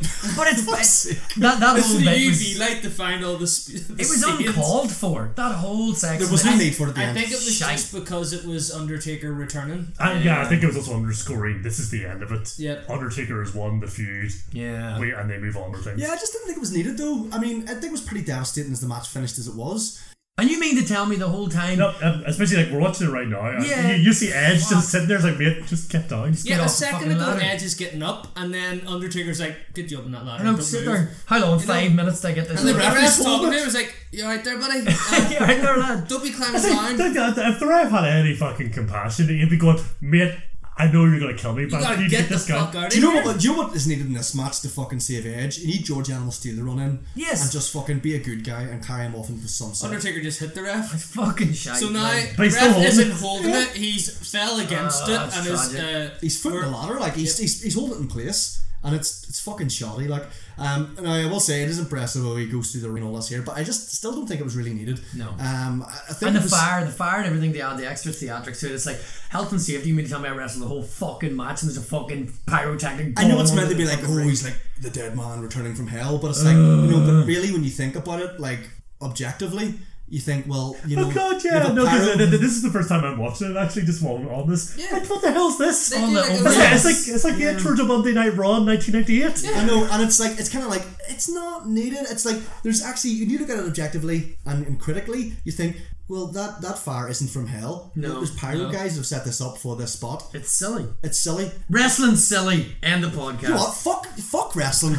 But it's that that it's whole the bit UV was, light to find all the. Sp- the it was stains. uncalled for. That whole section. There was no I- need for it at the I end. think it was Shite. just because it was Undertaker returning. And yeah, I think it was also underscoring this is the end of it. Yep. Undertaker has won the feud. Yeah. We, and they move on with things. yeah, I just didn't think it was needed though. I mean, I think it was pretty devastating as the match finished as it was. And you mean to tell me the whole time? No, um, especially like we're watching it right now. and Yeah. You, you see Edge Fuck. just sitting there, it's like, mate, just get down. Just Yeah, off a the second fucking ago, ladder. Edge is getting up, and then Undertaker's like, "Good job on that ladder." I know, don't sit move." there. How long? know- Five minutes to get this. And the over. ref- ref's Hold talking to it. him. He's like, "You alright there, buddy? Uh, yeah, right there, lad. don't be climbing down." Like, like, uh, if the ref had any fucking compassion, he'd be going, mate, I know you're going to kill me, but gotta you get get the this guy. fuck out of Do you know here. what? Do you know what is needed in this match to fucking save Edge? You need George Animal Steel to run in, Yes. and just fucking be a good guy and carry him off into the sunset. Undertaker just hit the ref. It's fucking shite. So now like. the he's still ref holding isn't it. holding it. He's fell against Ah, it that's and is tragic. uh, he's footing the ladder, like he's, he's, he's holding it in place, and it's it's fucking shoddy. Like, um, and I will say it is impressive how he goes through the ring and all this here, but I just still don't think it was really needed. No. um, I I think and it the was, fire, the fire and everything, they add the extra theatrics to it. It's like health and safety. You mean to tell me I wrestled the whole fucking match and there's a fucking pyrotechnic? I know it's bomb meant to under be the like, fucking oh, ring. he's like the dead man returning from hell, but it's like, you know, but really when you think about it, like objectively, you think, well, you know, Oh god, you yeah. have a No, 'cause, pyro- uh, th- th- this is the first time I'm watching it. Actually, just while we're on this, Yeah. like, what the hell's this? They On do the- like on a the It's ref- like, Yes. it's like it's like the intro to Monday Night Raw in 1998. I know, and it's like it's kind of like it's not needed. It's like there's actually when you look at it objectively and, and critically, you think, well, that that fire isn't from hell. No, there's pyro no. guys have set this up for this spot. It's silly. It's silly. Wrestling's silly. End the podcast. You know what? Fuck, fuck wrestling.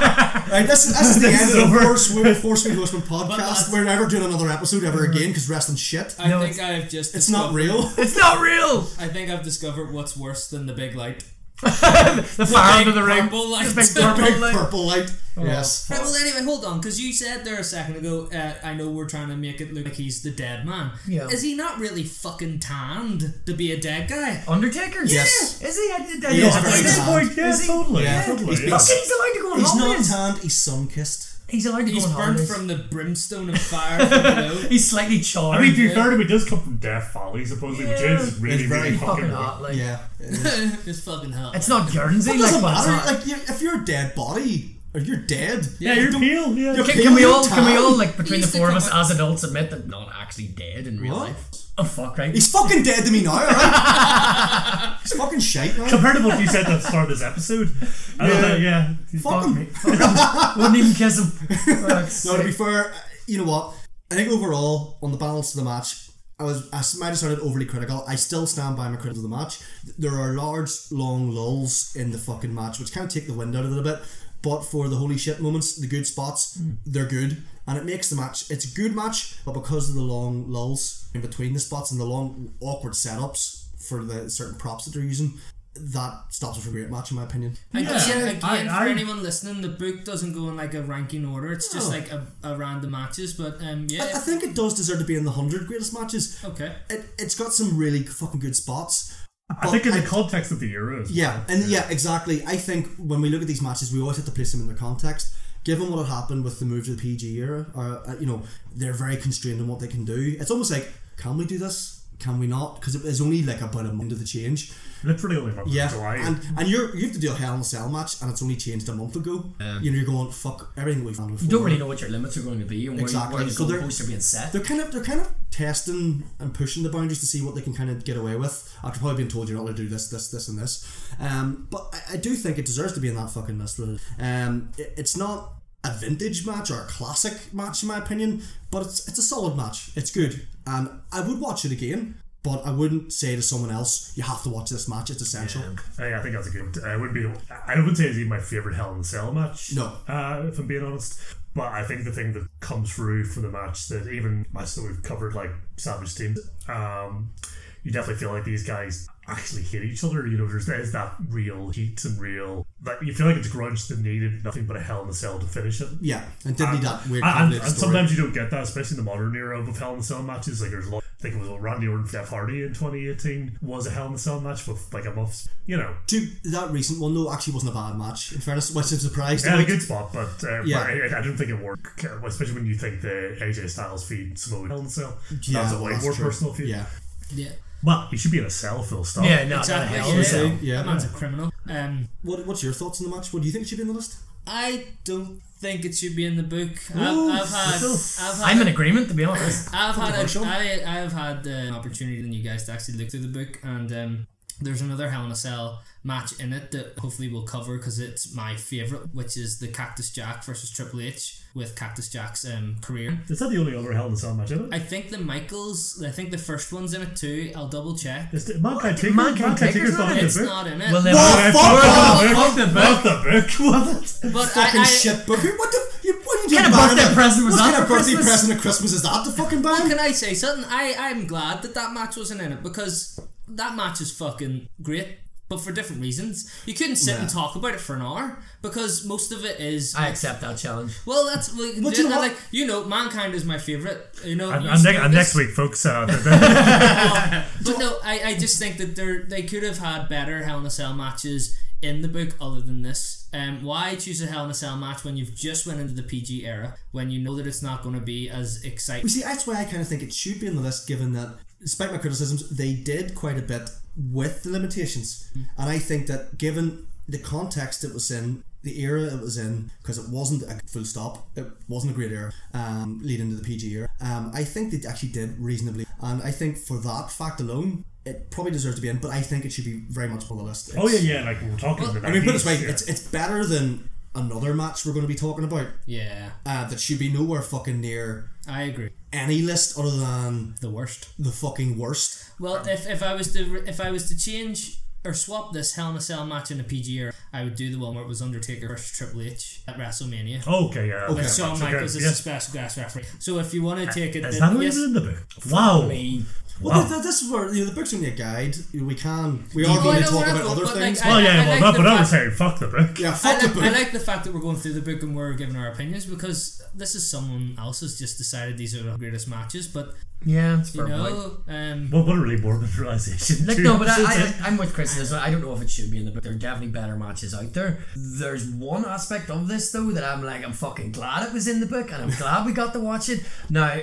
right, this is, this is the This end is of the over. Force Wheel Force Wheel Horseman that's- podcast. We're never doing another episode ever again because wrestling's shit. I No, think it's- I've just It's not discovered- real. It's not real. I think I've discovered what's worse than the big light. The fire big under the ring. purple light. The big purple Big light. purple light. Yes. Right, well, anyway, hold on, because you said there a second ago. Uh, I know we're trying to make it look like he's the dead man. Yeah. Is he not really fucking tanned to be a dead Oh, guy? Undertaker? Yes. Is he? I, I, He I, is I- very At this tanned. point, yeah, Is he- totally. Yeah. totally. He's been yeah. Fuck, he's allowed to go on He's not holidays. tanned. He's sun kissed. He's allowed to He's go on burnt holidays. from the brimstone of fire from below. He's slightly I charred. mean, to be fair to him, he does come from Death Valley, supposedly, which Yeah. is really, It's very really fucking fucking hot. Like, Yeah. It it's fucking hell. It's not Guernsey. doesn't like, but it's matter. hot. Like, you if you're a dead body, or you're dead. Yeah, you're pale. Yeah. You're Can, pale, can we you're all, can we tan. all, like, between the used to four of come us up- as adults, admit that not actually dead in real What? life? Oh fuck, right? He's fucking dead to me now, alright? He's fucking shite now. Compared to what you said at the start of this episode, I don't know, yeah. Fuck him. Wouldn't even kiss him. Fuck's No, to sake. be fair, uh, you know what? I think overall, on the balance of the match, I was I might have started overly critical. I still stand by my criticism of the match. There are large, long lulls in the fucking match, which kind of take the wind out of it a bit. But for the holy shit moments, the good spots, they're good, and it makes the match. It's a good match, but because of the long lulls in between the spots and the long awkward setups for the certain props that they're using, that stops it from a great match, in my opinion. And Yeah. again, again I- for I- anyone listening, the book doesn't go in like a ranking order. It's just No. like a, a random matches. But um, yeah, I, I yeah. think it does deserve to be in the hundred greatest matches. okay. it, it's got some really fucking good spots. I think in the context of the Euros. Yeah, and yeah, exactly. I think when we look at these matches, we always have to place them in their context. Given what had happened with the move to the PG era, or uh, you know, they're very constrained on what they can do. It's almost like, can we do this? Can we not? Because it was only like about a month of the change. Literally only from Yeah, July. and and you're you have to do a Hell in a Cell match, and it's only changed a month ago. You know, you're going fuck everything we've done before. You don't really know what your limits are going to be and where, Exactly. where the So they're- goalposts are being set. they're kind of they're kind of testing and pushing the boundaries to see what they can kind of get away with after probably being told you're not allowed to do this this this and this um, but I, I do think it deserves to be in that fucking list really. um, it- it's not a vintage match or a classic match in my opinion but it's it's a solid match it's good and I would watch it again but I wouldn't say to someone else you have to watch this match it's essential I, I think that's a good. I would be. I wouldn't say it's even my favorite Hell in a Cell match. No. uh, if I'm being honest. But I think the thing that comes through for the match that even match that we've covered like Savage Team, um, you definitely feel like these guys actually hate each other. You know, there's there's that real heat and real like you feel like it's grudge that needed nothing but a Hell in a Cell to finish it. yeah and did need that weird And, and, convoluted and story. sometimes you don't get that, especially in the modern era of Hell in a Cell matches. Like there's, a lot, I think it was Randy Orton, Jeff Hardy in 2018 was a Hell in a Cell match with like a month, you know, to that recent one though actually wasn't a bad match in fairness which I'm surprised yeah, about. a good spot, but, uh, Yeah. but I, I don't think it worked, uh, especially when you think the AJ Styles feud Samoa Hell in a Cell. yeah, that's a well, way that's more true. personal feud. yeah Yeah. Well, you should be in a cell, Phil. Stop. Yeah, no, Exactly. not a Yeah, hell of a cell. yeah, Yeah. That man's a criminal. Um, What, what's your thoughts on the match? What do you think should be in the list? I don't think it should be in the book. I've, Ooh, I've had, I've had, I'm in agreement, to be honest. I've had, Controversial. a, I, I've had the opportunity than you guys to actually look through the book, and um, there's another Hell in a Cell match in it that hopefully we'll cover because it's my favorite, which is the Cactus Jack versus Triple H with Cactus Jack's um, career. Is that the only other Hell in a Cell match? Isn't it? I think the Michaels, I think the first one's in it too. I'll double check. Is the, Mankind Taker. Mankind Taker's Taker's not not in in It's the book. not in it. Well, then, Whoa, Yeah, fuck fuck off. Fuck the the book. book. Fuck the book. What? but Fucking I, I, shit, Booker. What the? You, what are you doing? What kind barring of birthday it? present was what that kind of for birthday Christmas? present at Christmas is that? The fucking Well, bang. can I say something? I, I'm glad that that match wasn't in it because that match is fucking great, but for different reasons. You couldn't sit and Yeah. talk about it for an hour because most of it is. I accept that challenge. well, that's we can But do you know that, what? like you know, mankind is my favorite. You know, And, you and, ne- spoke and this- next week, folks. Uh, the- the- But no, I, I just think that they they could have had better Hell in a Cell matches in the book other than this. Um, why choose a Hell in a Cell match when you've just went into the PG era when you know that it's not going to be as exciting? You see, that's why I kind of think it should be in the list, given that, despite my criticisms, they did quite a bit with the limitations, and I think that given the context it was in. The era it was in, because it wasn't a full stop, it wasn't a great era um, leading to the PG era. Um, I think they actually did reasonably, and I think for that fact alone, it probably deserves to be in. But I think it should be very much on the list. oh It's- yeah, yeah. Like we we're talking. about I mean, put it this way, yeah. it's it's better than another match we're going to be talking about Yeah, uh, that should be nowhere fucking near I agree. any list other than The worst. the fucking worst. Well, Um, if, if I was to re- if I was to change or swap this Hell in a Cell match in a PG era, I would do the one where it was Undertaker versus Triple H at WrestleMania. okay. Yeah. Okay. yeah, Shawn that's okay, Michaels is yeah. Uh, a special guest referee. So if you want to take it, Is then that yes, even in the book? Wow. Me. Well, Wow. th- th- this is where you know, the book's only a guide. You know, We can we Oh, are I going to know, talk we're not about going- other but, like, things. I Oh yeah. Well, like that, the but I fact- was saying, fuck the book. yeah, I fuck the like, book. I like the fact that we're going through the book and we're giving our opinions because this is someone else has just decided these are the greatest matches, but Yeah. You know, um, Well, what a really morbid realization. Like too. no, but I, It's I, like- I'm with Chris in this one. I don't know if it should be in the book. There are definitely better matches out there. There's one aspect of this though that I'm like, I'm fucking glad it was in the book, and I'm glad we got to watch it. Now,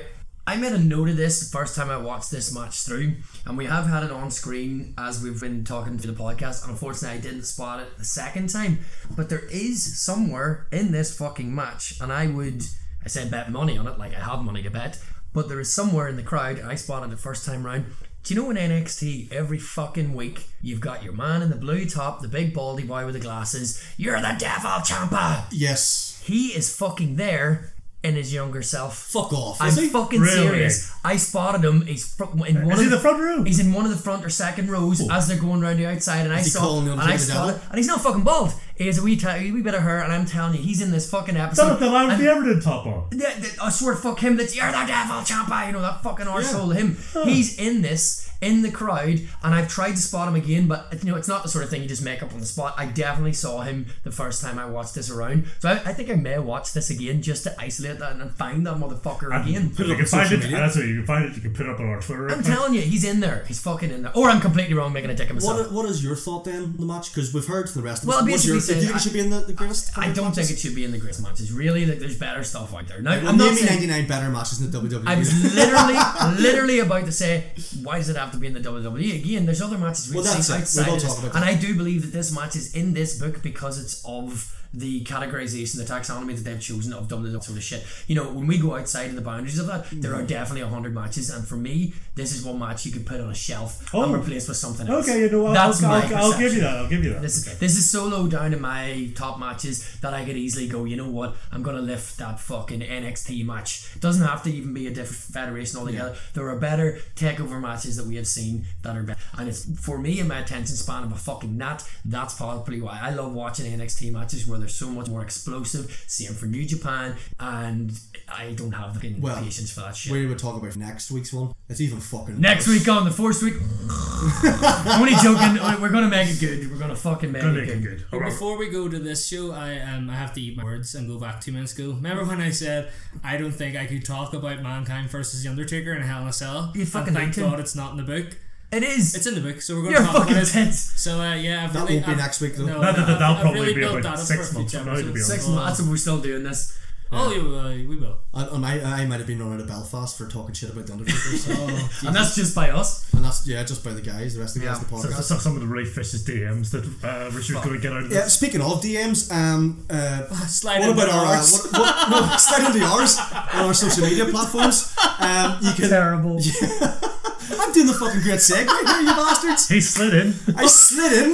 I made a note of this the first time I watched this match through, and we have had it on screen as we've been talking to the podcast. And unfortunately, I didn't spot it the second time. But there is somewhere in this fucking match, and I would, I said bet money on it, like I have money to bet. But there is somewhere in the crowd, I spotted the first time round. Do you know in NXT every fucking week you've got your man in the blue top, the big baldy boy with the glasses. You're the devil, Champa. Yes. He is fucking there in his younger self. Fuck off. I'm is he? fucking Really? serious. I spotted him. He's fr- in one Is he of the front row? He's in one of the front or second rows as they're going round the outside, and I he saw calling the and Undertaker I the saw devil? and he's not fucking bald. He has a wee, t- wee bit of hair, and I'm telling you, he's in this fucking episode. That was the man with and- the Everton top on. yeah, th- I swear to fuck him. That's you're the devil, Champa. You know that fucking arsehole. Him. He's in this in the crowd, and I've tried to spot him again, but you know it's not the sort of thing you just make up on the spot. I definitely saw him the first time I watched this around, so I, I think I may watch this again just to isolate that and find that motherfucker again. You on can find social it. media. That's what you can find it. You can put it up on our Twitter. I'm telling you, he's in there. He's fucking in there. Or I'm completely wrong, making a dick of myself. What, what is your thought then on the match? Because we've heard from the rest of Well, us. What's basically your, saying do you think I- it should be in the, the greatest? I don't think it should be in the greatest matches. Really, like, there's better stuff out there. Now, Well, I'm not name me saying- 99 better matches in the E WWE. I E. was literally, literally about to say, why does it have to be in the WWE again? There's other matches we've Well, that's seen it. outside We'll of talk this. about and I do believe that this match is in this book because it's of the categorization, the taxonomy that they've chosen of WWE sort of shit. You know, when we go outside of the boundaries of that, there Mm-hmm. are definitely hundred matches, and for me, this is one match you could put on a shelf Oh. and replace with something else. Okay, you know what? That's I'll, my I'll, I'll give perception. you that. I'll give you that. This is this is so low down in my top matches that I could easily go. You know what? I'm gonna lift that fucking NXT match. It doesn't have to even be a different federation altogether. There are better takeover matches that we have seen that are better. And it's for me in my attention span of a fucking gnat. That's probably why I love watching NXT matches where they're so much more explosive. Same for New Japan, and I don't have the fucking Well, patience for that shit. We would talk about next week's one. It's even fucking. Next worse. week on the fourth week, I'm only joking. We're gonna make it good. We're gonna fucking make Gonna it make it good. good. All right. before we go to this show, I um, I have to eat my words and go back two minutes ago. Remember when I said I don't think I could talk about Mankind versus the Undertaker in Hell in a Cell? You fucking and thank need to. God it's not in the book. It is. It's in the book, so we're going You're to talk fucking about it. tense. So uh, yeah, I've That really, won't be I've- next week, though. No, That- that- I've- that'll I've probably really be built about that up six for a months future from now, to be episode. honest. Six months and we're still doing this. Oh, yeah, well, we will. And, and I, I might have been run out of Belfast for talking shit about the Undertaker. So, And that's just by us. and that's yeah, just by the guys, the rest of the guys, in the So- so- podcast. so some of the really vicious DMs that uh, Richard's going to get out of Yeah, this. speaking of DMs, um, uh, Ah, Slide what into about our uh, ours. what, what, no, slide into ours on our social media platforms? Um, you can. Terrible. I'm doing the fucking great segue here, you bastards. He slid in. I slid in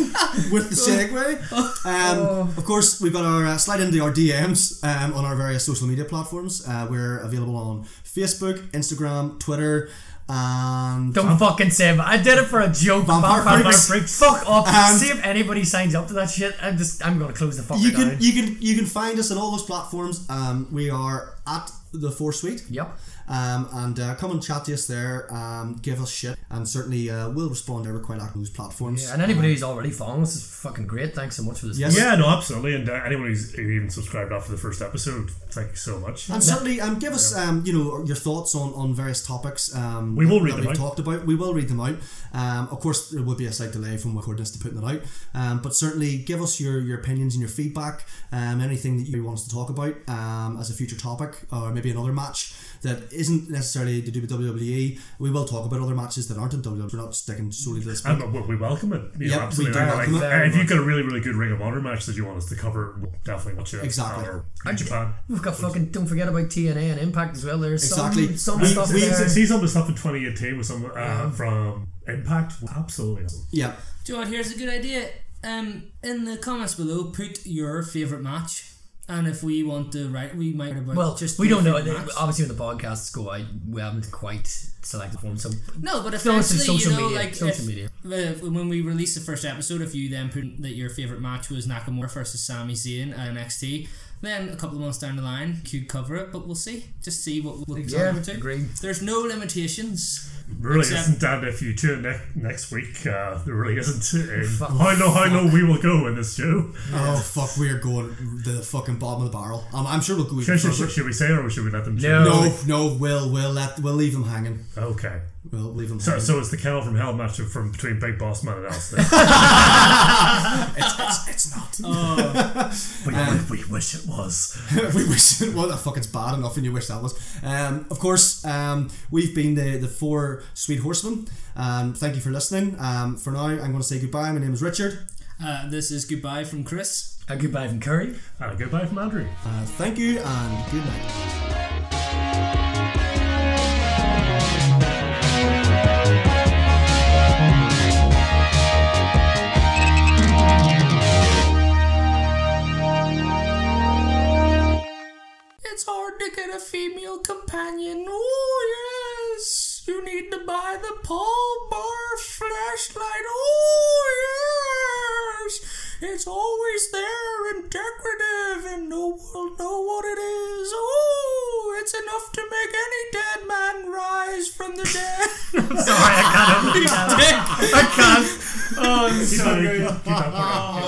with the segue. Um, Oh. of course, we've got our uh, slide into our DMs um, on our various social media platforms. Uh, we're available on Facebook, Instagram, Twitter, and Don't fucking save. I did it for a joke. Vampire Vampire, Freaks. freaks. Fuck off. And- See if anybody signs up to that shit. I'm just. I'm gonna close the fucker you down. can you can you can find us on all those platforms. Um, we are at the Four Suite. Yep. Um, and uh, come and chat to us there. Um, give us shit, and certainly uh, we'll respond ever quite active those platforms. Yeah, and anybody who's already following us is fucking great. Thanks so much for this. Yes. Yeah, no, absolutely. And uh, anyone who's who even subscribed after the first episode, thank you so much. And certainly, um, give us um, you know your thoughts on, on various topics. Um, We will that- read that them we've out. talked about. We will read them out. Um, of course, there will be a slight delay from recording this to putting it out. Um, but certainly, give us your, your opinions and your feedback. Um, anything that you want us to talk about um, as a future topic, or maybe another match that isn't necessarily to do with WWE. We will talk about other matches that aren't in WWE. We're not sticking solely to this. And we- we welcome it. You Yep, know, we absolutely. do Like, welcome it. uh, Very if you've much. got a really, really good Ring of Honor match that you want us to cover, we'll definitely watch it. Exactly. Or in Um, Japan. We've got fucking. Don't forget about TNA and Impact as well. There's Exactly. some, some We- stuff we- there. See some of the stuff in 2018 with some uh, from Impact. Absolutely. awesome. Yeah. Do you know what? Here's a good idea. Um, in the comments below, put your favorite match, and if we want to write, we might write about. well, just we your don't know. favourite match. Obviously, when the podcasts go out, we haven't quite selected one. So No, but Throw us in eventually, social you know, media, like social if- media. if- when we release the first episode, if you then put that your favorite match was Nakamura versus Sami Zayn at NXT, Then a couple of months down the line, could cover it, but we'll see. Just see what we'll Yeah, to. agreed. There's no limitations. Really Except- isn't that if you tune ne- next week, uh, there really isn't. Fuck. Um, I know how low we will go in this show. Oh fuck, we're going the fucking bottom of the barrel. Um, I'm sure we'll go even Should, should, further. should we say or should we let them? No. No, no, we'll we'll let we'll leave them hanging. choose? Okay. We'll leave them. So, hanging. so it's the Cal from Hell match from between Big Boss Man and Alistair. it's, it's not. we, we wish it was. we wish well the fuck it's bad enough and you wish that was um, of course um, we've been the, the four sweet horsemen um, thank you for listening um, for now I'm going to say goodbye my name is Richard Uh, this is goodbye from Chris. A goodbye from Curry. And a goodbye from Andrew. uh, thank you and good night It's hard to get a female companion. Oh, yes. You need to buy the Paul Bar flashlight. Oh, yes. It's always there and decorative, and no one will know what it is. Oh, it's enough to make any dead man rise from the dead. Keep that- keep that plug in.